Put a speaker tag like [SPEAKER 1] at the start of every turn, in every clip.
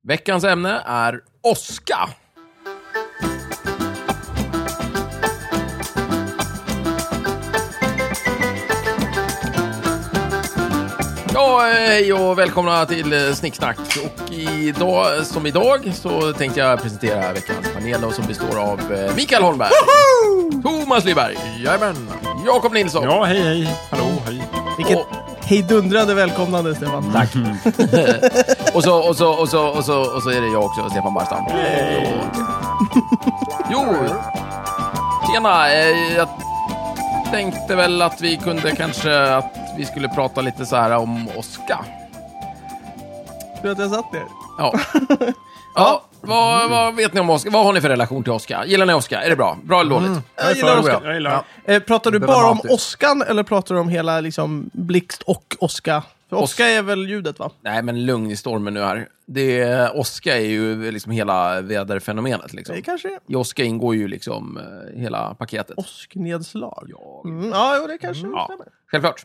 [SPEAKER 1] Veckans ämne är åska. Ja, hej och välkomna till eh, Snicksnack. Och idag, som idag så tänkte jag presentera veckans panel och som består av eh, Mikael Holmberg, Thomas Lyberg, Jajamän. Jakob Nilsson
[SPEAKER 2] Ja, hej, hej. Hallå, hej.
[SPEAKER 3] Vilket
[SPEAKER 1] Och-
[SPEAKER 3] hejdundrande välkomnande Stefan. Tack.
[SPEAKER 1] Och så, och, så, och, så, och, så, och så är det jag också, Stefan Barstam. Jo, tjena. eh, Jag tänkte väl att vi kunde kanske att vi skulle prata lite så här om åska.
[SPEAKER 3] Tror att jag satt ner?
[SPEAKER 1] Ja. ja vad, vad vet ni om åska? Vad har ni för relation till åska? Gillar ni åska? Är det bra? Bra eller dåligt?
[SPEAKER 3] Mm. Jag
[SPEAKER 2] För-
[SPEAKER 3] gillar Oskar.
[SPEAKER 2] Jag gillar.
[SPEAKER 3] Eh, pratar du
[SPEAKER 4] Det är
[SPEAKER 3] bara om
[SPEAKER 4] dramatiskt.
[SPEAKER 3] åskan eller pratar du om hela liksom, blixt och åska? För åska är väl ljudet va?
[SPEAKER 1] Nej, men lugn i stormen nu här. Det, åska är ju liksom hela väderfenomenet. Liksom.
[SPEAKER 3] Det kanske är
[SPEAKER 1] I åska ingår ju liksom eh, hela paketet.
[SPEAKER 3] åsknedslag. Ja, mm, ja jo, det kanske
[SPEAKER 1] Ja,
[SPEAKER 3] stämmer.
[SPEAKER 1] självklart.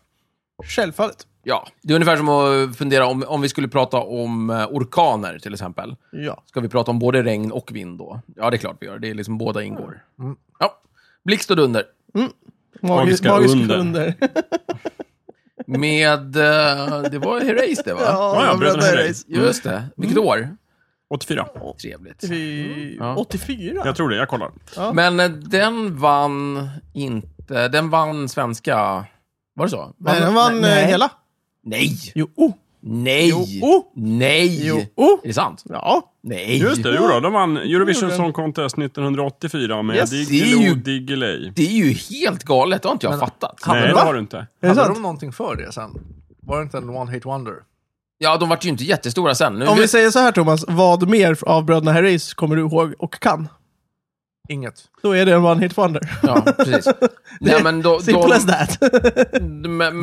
[SPEAKER 3] Självfallet.
[SPEAKER 1] Ja, det är ungefär som att fundera om, om vi skulle prata om eh, orkaner till exempel.
[SPEAKER 3] Ja.
[SPEAKER 1] Ska vi prata om både regn och vind då? Ja, det är klart vi gör. Det är liksom båda ingår.
[SPEAKER 3] Mm.
[SPEAKER 1] Ja, blixt och dunder.
[SPEAKER 2] Magiska under.
[SPEAKER 1] Med, eh, det var Herreys det va?
[SPEAKER 3] ja, Mm.
[SPEAKER 2] ja,
[SPEAKER 3] Bröderna
[SPEAKER 2] Bröderna
[SPEAKER 3] Herreys.
[SPEAKER 1] Just det. Vilket år?
[SPEAKER 2] 84.
[SPEAKER 1] Trevligt.
[SPEAKER 3] Fy-
[SPEAKER 1] Ja.
[SPEAKER 3] 84?
[SPEAKER 2] Jag tror det, jag kollar.
[SPEAKER 1] Men eh, den vann inte, den vann svenska, var det så?
[SPEAKER 3] Nej, den vann eh, hela.
[SPEAKER 1] Nej!
[SPEAKER 3] Jo. Oh.
[SPEAKER 1] Nej!
[SPEAKER 3] Jo. Oh.
[SPEAKER 1] Nej!
[SPEAKER 3] Jo. Oh.
[SPEAKER 1] Är det sant?
[SPEAKER 3] Ja.
[SPEAKER 1] Nej!
[SPEAKER 2] Just det, jodå, de vann Eurovision
[SPEAKER 3] Gjorde.
[SPEAKER 2] Song Contest 1984 med
[SPEAKER 3] Yes.
[SPEAKER 1] Det är ju-
[SPEAKER 2] Diggiloo Diggiley.
[SPEAKER 1] Det är ju helt galet, det har inte jag
[SPEAKER 4] Men-
[SPEAKER 1] fattat.
[SPEAKER 2] Nej, det
[SPEAKER 3] va?
[SPEAKER 2] har du inte.
[SPEAKER 3] Är det
[SPEAKER 4] Hade
[SPEAKER 3] sant?
[SPEAKER 4] de någonting för det sen? Var det inte en One Hit Wonder?
[SPEAKER 1] Ja, de vart ju inte jättestora sen. Nu,
[SPEAKER 3] Om vi säger så här Thomas, vad mer av Bröderna Herreys kommer du ihåg och kan?
[SPEAKER 4] Inget.
[SPEAKER 3] Då är det en one hit wonder.
[SPEAKER 1] Ja, precis. Nej, men då...
[SPEAKER 3] Simple
[SPEAKER 1] då
[SPEAKER 3] as that.
[SPEAKER 1] men, men,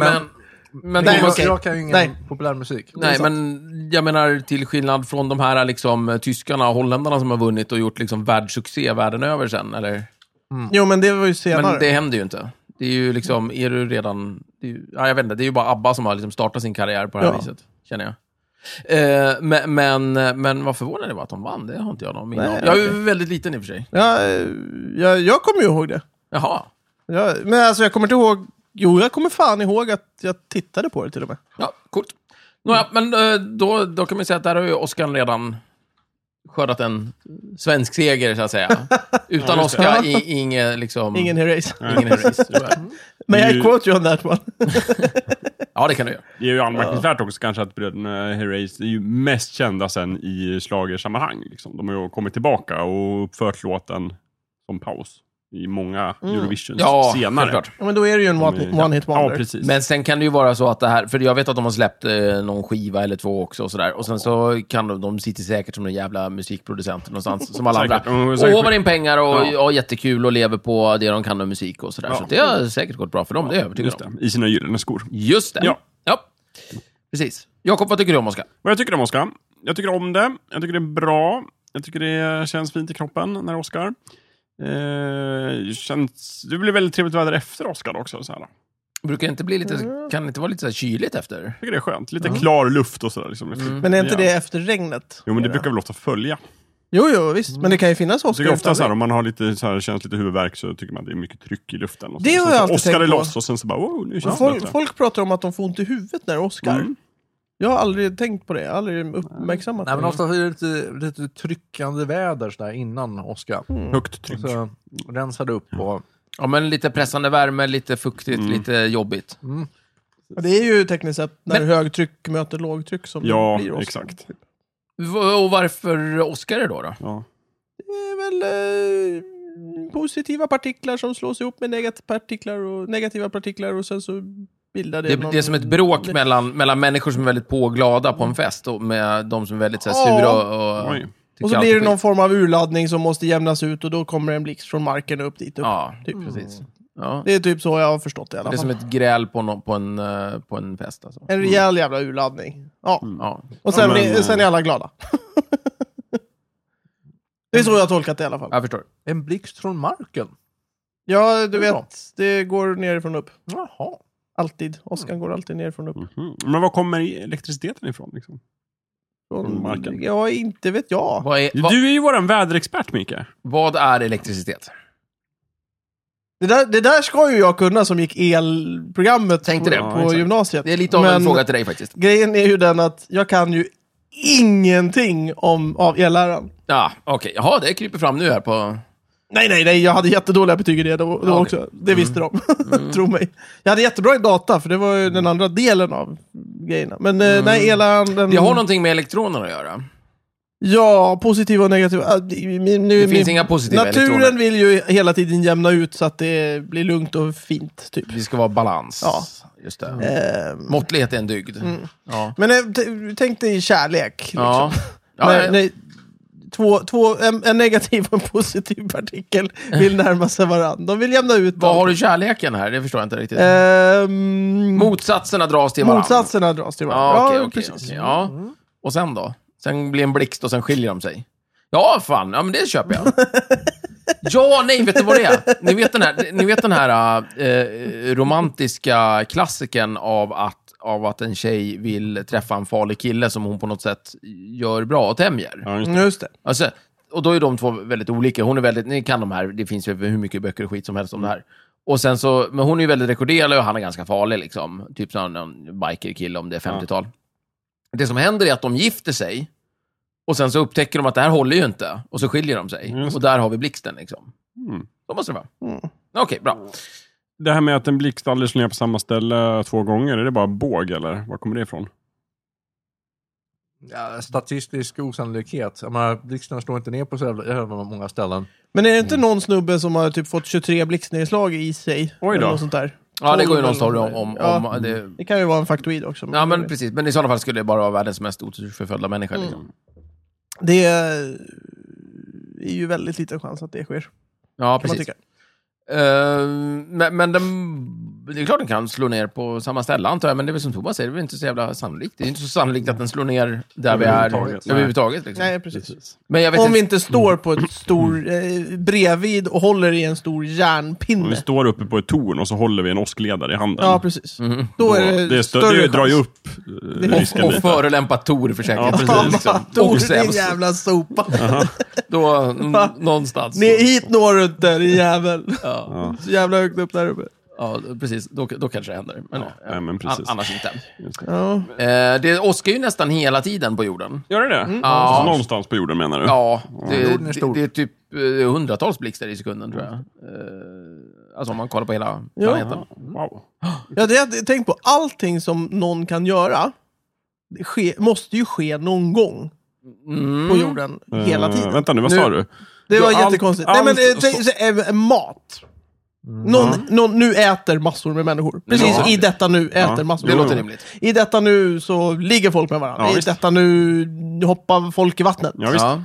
[SPEAKER 1] men,
[SPEAKER 3] Nej,
[SPEAKER 1] Thomas-
[SPEAKER 4] jag,
[SPEAKER 3] okej.
[SPEAKER 4] jag kan ju ingen
[SPEAKER 3] Nej.
[SPEAKER 4] populärmusik.
[SPEAKER 1] nej, men jag menar till skillnad från de här liksom, tyskarna och holländarna som har vunnit och gjort liksom, världssuccé världen över sen. Eller?
[SPEAKER 3] jo, men det var ju senare.
[SPEAKER 1] Men det händer ju inte. Det är ju liksom, är du redan... Det är ju, ja, jag vet inte, det är ju bara ABBA som har liksom startat sin karriär på det här
[SPEAKER 3] Ja.
[SPEAKER 1] viset, känner jag. Eh, men, men, men vad förvånad jag var att de vann, det har inte jag någon minne
[SPEAKER 3] Nej,
[SPEAKER 1] av. Jag är
[SPEAKER 3] okej.
[SPEAKER 1] ju väldigt liten i och för sig.
[SPEAKER 3] Ja, eh, jag, jag kommer ju ihåg det.
[SPEAKER 1] Jaha.
[SPEAKER 3] Jag, men alltså jag kommer inte ihåg... Jo, jag kommer fan ihåg att jag tittade på det till och med.
[SPEAKER 1] Ja, coolt. Nåja, men eh, då, då kan man ju säga att där har ju Oskar redan skördat en svensk seger, så att säga. Utan
[SPEAKER 2] Ja, just det.
[SPEAKER 1] Oskar, i- inget liksom...
[SPEAKER 3] Ingen Herreys.
[SPEAKER 2] Nej.
[SPEAKER 1] ingen race, tyvärr.
[SPEAKER 3] Men
[SPEAKER 2] Nu-
[SPEAKER 3] jag quote you on that one.
[SPEAKER 1] Ja, det kan du göra.
[SPEAKER 2] Det är ju anmärkningsvärt också kanske att bröderna Herreys är ju mest kända sen i schlagersammanhang. Liksom. De har ju kommit tillbaka och uppfört låten som paus i många Eurovisions
[SPEAKER 1] Ja,
[SPEAKER 2] Liksom senare.
[SPEAKER 1] självklart.
[SPEAKER 3] Ja, men då är det ju en
[SPEAKER 2] De är-
[SPEAKER 3] one, one hit
[SPEAKER 2] Ja,
[SPEAKER 3] wonder.
[SPEAKER 2] precis.
[SPEAKER 1] Men sen kan det ju vara så att det här, för jag vet att de har släppt eh, någon skiva eller två också och sådär. Och sen så kan de, de sitter säkert som en jävla musikproducent någonstans, som alla andra.
[SPEAKER 2] Säkert. De är
[SPEAKER 1] Och
[SPEAKER 2] säkert-
[SPEAKER 1] håvar in pengar och ja.
[SPEAKER 2] Ja.
[SPEAKER 1] jättekul och lever på det de kan med musik och sådär.
[SPEAKER 2] Ja.
[SPEAKER 1] Så det har säkert gått bra för dem, det är jag övertygad
[SPEAKER 2] Just
[SPEAKER 1] om.
[SPEAKER 2] det, i sina gyllene skor.
[SPEAKER 1] Just det.
[SPEAKER 2] Ja.
[SPEAKER 1] ja. Precis. Jakob, vad tycker du om Oskar?
[SPEAKER 2] Vad jag tycker om Oscar? Jag tycker om det. Jag tycker det är bra. Jag tycker det känns fint i kroppen när Oscar. Eh, känns, det blir väldigt trevligt väder efter Oscar också. Så här. Jag
[SPEAKER 1] Brukar det inte bli lite,
[SPEAKER 3] Mm.
[SPEAKER 1] kan det inte vara lite så här kyligt efter?
[SPEAKER 2] tycker det är skönt. Lite klar luft och sådär. Liksom.
[SPEAKER 3] Men är inte
[SPEAKER 2] Ja.
[SPEAKER 3] det efter regnet?
[SPEAKER 2] Jo, men det brukar väl ofta följa.
[SPEAKER 3] Jo, jo, visst. Men det kan ju finnas
[SPEAKER 2] Jag tycker
[SPEAKER 3] Oscar
[SPEAKER 2] ofta
[SPEAKER 3] utan
[SPEAKER 2] så här,
[SPEAKER 3] regn.
[SPEAKER 2] om man har lite, så här, känns lite huvudvärk så tycker man att det är mycket tryck i luften. Och så-
[SPEAKER 3] Det har
[SPEAKER 2] så-
[SPEAKER 3] jag
[SPEAKER 2] så
[SPEAKER 3] alltid
[SPEAKER 2] åskar
[SPEAKER 3] tänkt
[SPEAKER 2] det
[SPEAKER 3] på.
[SPEAKER 2] loss och sen så bara, wow, nu känns det
[SPEAKER 3] Folk,
[SPEAKER 2] bättre.
[SPEAKER 3] folk pratar om att de får ont i huvudet när Oscar.
[SPEAKER 2] Mm.
[SPEAKER 3] Jag har aldrig tänkt på det. Jag har aldrig uppmärksammat
[SPEAKER 4] Nej, men
[SPEAKER 3] det.
[SPEAKER 4] oftast är det lite, lite tryckande väder sådär innan åska.
[SPEAKER 2] Högt tryck.
[SPEAKER 4] Så rensar det upp och...
[SPEAKER 1] Ja, men lite pressande värme, lite fuktigt,
[SPEAKER 3] Mm.
[SPEAKER 1] lite jobbigt.
[SPEAKER 3] Ja, Det är ju tekniskt sett när
[SPEAKER 1] Men-
[SPEAKER 3] högtryck möter lågtryck som
[SPEAKER 2] Ja,
[SPEAKER 3] det blir Oscar.
[SPEAKER 2] exakt.
[SPEAKER 1] V- Och varför Oskar det då? då?
[SPEAKER 2] Ja.
[SPEAKER 3] Det är väl eh, positiva partiklar som slås ihop med negativa partiklar och negativa partiklar och sen så bildar det
[SPEAKER 1] Det,
[SPEAKER 3] någon...
[SPEAKER 1] det är som ett bråk mellan, mellan människor som är väldigt påglada på en fest och med de som är väldigt så här, sura
[SPEAKER 3] Mm. Ja.
[SPEAKER 1] och... och
[SPEAKER 2] Oj.
[SPEAKER 1] tycker
[SPEAKER 3] Och så
[SPEAKER 1] allt är
[SPEAKER 3] blir det
[SPEAKER 1] skit.
[SPEAKER 3] någon form av urladdning som måste jämnas ut och då kommer en blixt från marken upp dit upp.
[SPEAKER 1] Ja,
[SPEAKER 3] Typ.
[SPEAKER 1] precis. Ja.
[SPEAKER 3] Det är typ så jag har förstått det i
[SPEAKER 1] Det
[SPEAKER 3] alla
[SPEAKER 1] är
[SPEAKER 3] fall.
[SPEAKER 1] som ett gräl på, no, på, en, eh, på en fest. Alltså.
[SPEAKER 3] En rejäl jävla urladdning. Ja.
[SPEAKER 1] Ja.
[SPEAKER 3] Och
[SPEAKER 2] Ja,
[SPEAKER 3] sen,
[SPEAKER 2] men-
[SPEAKER 3] blir- sen är alla glada. det är så jag har tolkat det i alla fall.
[SPEAKER 1] Jag förstår.
[SPEAKER 4] En blixt från marken.
[SPEAKER 3] Ja, du
[SPEAKER 4] Det är bra.
[SPEAKER 3] vet, det går nerifrån upp.
[SPEAKER 4] Jaha.
[SPEAKER 1] Mm.
[SPEAKER 3] Alltid. Oskar går alltid nerifrån upp.
[SPEAKER 2] Mhm. Men var kommer elektriciteten ifrån? e- Liksom? Från marken.
[SPEAKER 3] Ja, inte vet jag.
[SPEAKER 1] Vad är, vad,
[SPEAKER 2] Du är ju våran väderexpert, Micke.
[SPEAKER 1] vad är elektricitet?
[SPEAKER 3] Det där, det där ska ju jag kunna som gick elprogrammet
[SPEAKER 1] Tänkte det.
[SPEAKER 3] på,
[SPEAKER 2] Ja, exakt.
[SPEAKER 3] gymnasiet.
[SPEAKER 1] Det är lite av en
[SPEAKER 3] Men
[SPEAKER 1] fråga till dig faktiskt.
[SPEAKER 3] Grejen är ju den att jag kan ju ingenting om, av elläran.
[SPEAKER 1] Ja, okej. Jaha, det kryper fram nu här på...
[SPEAKER 3] Nej, nej, nej, jag hade jättedåliga betyg i det då, då
[SPEAKER 1] Ja, Mm.
[SPEAKER 3] också. Det visste de, tro mig. Jag hade jättebra i data, för det var ju den andra delen av grejerna. Men eh, nej, elläran... Den...
[SPEAKER 1] Det Mm. har någonting med elektroner att göra.
[SPEAKER 3] Ja, positiva och negativa. Ah, det- min- nu-
[SPEAKER 1] Det finns
[SPEAKER 3] min-
[SPEAKER 1] inga positiva
[SPEAKER 3] Naturen
[SPEAKER 1] elektroner.
[SPEAKER 3] vill ju hela tiden jämna ut så att det blir lugnt och fint, typ.
[SPEAKER 1] Det ska vara balans.
[SPEAKER 3] Ja.
[SPEAKER 1] Just det.
[SPEAKER 3] Eh,
[SPEAKER 1] Måttlighet är en dygd. Ja.
[SPEAKER 3] men eh, t- tänk dig kärlek. Liksom.
[SPEAKER 1] Ja. Ja,
[SPEAKER 3] Nej,
[SPEAKER 1] ja.
[SPEAKER 3] nej, två, två, en, en negativ och en positiv partikel vill närma sig varandra. De vill jämna ut
[SPEAKER 1] Vad
[SPEAKER 3] allt.
[SPEAKER 1] har du kärleken här? Det förstår jag inte riktigt.
[SPEAKER 3] Ehm,
[SPEAKER 1] Motsatserna dras till varandra.
[SPEAKER 3] motsatserna dras till varandra.
[SPEAKER 1] Ja, okej, okej, okej, ja. Och sen då? Sen blir det en blixt och sen skiljer de sig. Ja, fan. Ja, men det köper jag. Ja, nej, vet du vad det är? Ni vet den här, ni vet den här eh, romantiska klassiken av att, av att en tjej vill träffa en farlig kille som hon på något sätt gör bra och tämjer.
[SPEAKER 2] Ja, just det.
[SPEAKER 3] Mm, Just det.
[SPEAKER 1] Alltså, och då är de två väldigt olika. Hon är väldigt, ni kan de här, det finns ju hur mycket böcker och skit som helst om det här. Och sen så, men hon är ju väldigt rekorderlig och han är ganska farlig liksom. Typ som någon bikerkille om det är 50-tal. Det som händer är att de gifter sig och sen så upptäcker de att det här håller ju inte. Och så skiljer de sig.
[SPEAKER 2] Just det.
[SPEAKER 1] Och där har vi blixten liksom.
[SPEAKER 2] Mm.
[SPEAKER 1] Så måste det vara.
[SPEAKER 3] Mm.
[SPEAKER 1] Okej, bra.
[SPEAKER 2] Det här med att en blixt aldrig slår ner på samma ställe två gånger, är det bara båg eller? Var kommer det ifrån?
[SPEAKER 4] Ja, statistisk osannolikhet. Jag menar, Blixten slår inte ner på så jävla jävla många ställen.
[SPEAKER 3] Men är det
[SPEAKER 1] Mm.
[SPEAKER 3] inte någon snubbe som har typ fått 23 blixtnedslag i sig?
[SPEAKER 2] Oj då.
[SPEAKER 3] Eller något sånt där.
[SPEAKER 1] Ja, det går ju någon
[SPEAKER 3] Tolv
[SPEAKER 1] story
[SPEAKER 3] eller-
[SPEAKER 1] om, om,
[SPEAKER 3] Ja.
[SPEAKER 1] om det.
[SPEAKER 3] Det kan ju vara en faktoid också.
[SPEAKER 1] Ja, men precis. Men i sådana fall skulle det bara vara världens mest otursförföljda människa.
[SPEAKER 3] Mm.
[SPEAKER 1] Liksom.
[SPEAKER 3] Det är ju väldigt liten chans att det sker. Kan
[SPEAKER 1] Ja,
[SPEAKER 3] man
[SPEAKER 1] precis.
[SPEAKER 3] tycka.
[SPEAKER 1] Eh, men, men den, det är klart den kan slå ner på samma ställe antar jag, men det är väl som Thomas säger, det är väl inte så jävla sannolikt. Det är inte så sannolikt att den slår ner där vi är
[SPEAKER 2] Överhuvudtaget.
[SPEAKER 1] överhuvudtaget. Liksom.
[SPEAKER 3] Nej, precis.
[SPEAKER 1] Men jag vet
[SPEAKER 3] Om
[SPEAKER 1] inte.
[SPEAKER 3] vi inte står på
[SPEAKER 2] Mm.
[SPEAKER 3] ett stor, eh, bredvid och håller i en stor
[SPEAKER 2] Om vi
[SPEAKER 3] järnpinne.
[SPEAKER 2] står uppe på ett torn och så håller vi en åskledare i handen.
[SPEAKER 3] Ja, precis.
[SPEAKER 1] Mm.
[SPEAKER 3] Då är
[SPEAKER 2] det,
[SPEAKER 3] det,
[SPEAKER 2] det, är stö-
[SPEAKER 3] större
[SPEAKER 2] det drar ju
[SPEAKER 3] chans.
[SPEAKER 2] upp eh,
[SPEAKER 3] Det-
[SPEAKER 2] risken
[SPEAKER 1] Och
[SPEAKER 2] lite.
[SPEAKER 1] förolämpa Tor för
[SPEAKER 2] Ja,
[SPEAKER 1] säkerhets
[SPEAKER 2] precis.
[SPEAKER 1] skull.
[SPEAKER 3] Fan,
[SPEAKER 1] liksom.
[SPEAKER 3] Tor,
[SPEAKER 1] Och
[SPEAKER 3] din
[SPEAKER 1] sämst.
[SPEAKER 3] jävla sopa.
[SPEAKER 1] Då, mm, någonstans.
[SPEAKER 3] Ner hit når du inte, din jävel.
[SPEAKER 1] Ja,
[SPEAKER 2] Ja,
[SPEAKER 3] Så jävla högt upp där uppe.
[SPEAKER 1] ja, precis. Då, då kanske det händer. Men,
[SPEAKER 2] Ja, nej, men precis.
[SPEAKER 1] an- annars inte.
[SPEAKER 3] Ja.
[SPEAKER 1] Eh, det åskar ju nästan hela tiden på jorden.
[SPEAKER 2] Gör det det?
[SPEAKER 3] Mm.
[SPEAKER 1] Ja.
[SPEAKER 2] Så någonstans på jorden menar du?
[SPEAKER 1] Ja, det,
[SPEAKER 4] Jorden är
[SPEAKER 1] det,
[SPEAKER 4] stor.
[SPEAKER 1] det är typ eh, hundratals blixtar i sekunden tror jag. Eh, alltså om man kollar på hela
[SPEAKER 3] Ja.
[SPEAKER 1] planeten.
[SPEAKER 2] Wow.
[SPEAKER 3] Ja, det, jag tänkt på, allting som någon kan göra det ske, måste ju ske någon gång
[SPEAKER 1] Mm.
[SPEAKER 3] på jorden hela
[SPEAKER 2] Eh,
[SPEAKER 3] tiden.
[SPEAKER 2] vänta nu, vad
[SPEAKER 1] Nu-
[SPEAKER 2] sa du?
[SPEAKER 3] det var
[SPEAKER 2] Ja, allt-
[SPEAKER 3] jättekonstigt.
[SPEAKER 2] allt-
[SPEAKER 3] Nej, men, eh, tänk, så, eh, mat. Någon, någon nu äter massor med människor. Precis
[SPEAKER 1] Ja.
[SPEAKER 3] i detta nu äter
[SPEAKER 2] Ja,
[SPEAKER 3] massor
[SPEAKER 1] Det
[SPEAKER 3] med
[SPEAKER 1] låter
[SPEAKER 3] människor.
[SPEAKER 1] rimligt.
[SPEAKER 3] I detta nu så ligger folk med varandra.
[SPEAKER 2] Ja,
[SPEAKER 3] I
[SPEAKER 2] visst.
[SPEAKER 3] detta nu hoppar folk i vattnet.
[SPEAKER 2] Ja, visst.
[SPEAKER 1] Ja,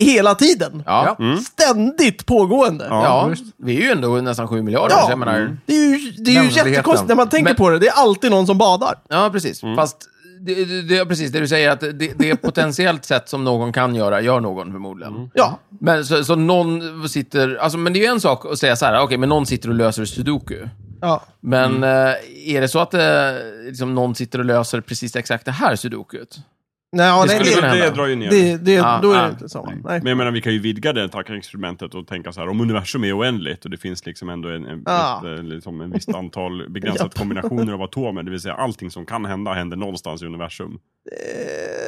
[SPEAKER 3] Hela tiden.
[SPEAKER 1] ja. Mm. ja.
[SPEAKER 3] Ständigt pågående.
[SPEAKER 2] Ja.
[SPEAKER 1] vi är ju ändå nästan sju miljarder.
[SPEAKER 3] Ja.
[SPEAKER 1] Så jag menar,
[SPEAKER 3] Det är ju, det är ju
[SPEAKER 4] Mänskligheten.
[SPEAKER 3] jättekonstigt när man tänker
[SPEAKER 1] Men-
[SPEAKER 3] på det. Det är alltid någon som badar.
[SPEAKER 1] ja, precis. Fast det, det, det, precis det du säger, att det, det är potentiellt sett som någon kan göra, gör någon förmodligen.
[SPEAKER 3] Ja.
[SPEAKER 1] Men så, så någon sitter, alltså, men det är ju en sak att säga så här, okej, men någon sitter och löser sudoku.
[SPEAKER 3] ja.
[SPEAKER 1] Men eh, är det så att eh, liksom, någon sitter och löser precis exakt det här sudokut?
[SPEAKER 3] Nej, ja,
[SPEAKER 1] Det
[SPEAKER 3] nej,
[SPEAKER 1] skulle
[SPEAKER 3] det,
[SPEAKER 1] kunna
[SPEAKER 2] det,
[SPEAKER 1] hända.
[SPEAKER 2] drar ju ner.
[SPEAKER 3] det, det,
[SPEAKER 1] Ah,
[SPEAKER 3] då är
[SPEAKER 1] ah.
[SPEAKER 3] det inte samma. Nej.
[SPEAKER 2] Men jag menar, vi kan ju vidga det tankeexperimentet och tänka så här, om universum är oändligt och det finns liksom ändå en, en,
[SPEAKER 3] Ja.
[SPEAKER 2] ett, eh, liksom en visst antal begränsat
[SPEAKER 3] Japp.
[SPEAKER 2] kombinationer av atomer, det vill säga allting som kan hända händer någonstans i universum.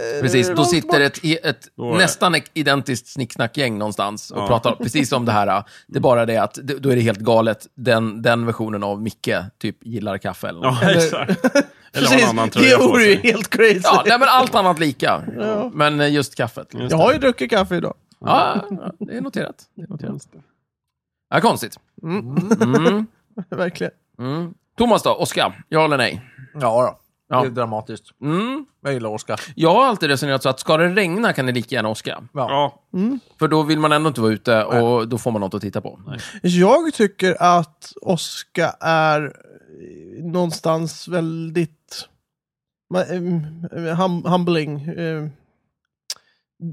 [SPEAKER 3] Eh,
[SPEAKER 1] Precis,
[SPEAKER 3] det
[SPEAKER 1] då
[SPEAKER 3] var
[SPEAKER 1] sitter
[SPEAKER 3] smart.
[SPEAKER 1] ett, i- ett
[SPEAKER 2] Då är-
[SPEAKER 1] nästan identiskt snicksnackgäng någonstans och
[SPEAKER 2] Ja. Mm.
[SPEAKER 1] pratar precis om det här. Det är bara det att det- då är det helt galet. Den, den versionen av Micke typ gillar kaffe eller något.
[SPEAKER 2] Ja, exakt. Eller har en annan
[SPEAKER 3] det
[SPEAKER 2] tröja på
[SPEAKER 3] vore ju
[SPEAKER 2] sig.
[SPEAKER 3] helt crazy.
[SPEAKER 1] Ja, nej, men allt annat lika.
[SPEAKER 3] Ja.
[SPEAKER 1] Men eh, just kaffet.
[SPEAKER 2] Just
[SPEAKER 3] Jag har ju druckit kaffe idag.
[SPEAKER 1] Ja, ja, det är noterat. Det är noterat. Ja, konstigt. Mm,
[SPEAKER 3] Verkligen.
[SPEAKER 1] mm. Thomas då, Oskar? Ja eller nej?
[SPEAKER 4] Ja, då.
[SPEAKER 1] Ja.
[SPEAKER 4] det är dramatiskt.
[SPEAKER 1] Mm.
[SPEAKER 4] Jag gillar Oskar.
[SPEAKER 1] Jag har alltid resonerat så att ska det regna kan det lika gärna åska.
[SPEAKER 2] Ja,
[SPEAKER 1] För då vill man ändå inte vara ute och då får man något att titta på.
[SPEAKER 3] Jag tycker att Oskar är eh, någonstans mm, väldigt ma- em, em, hum, humbling. eh,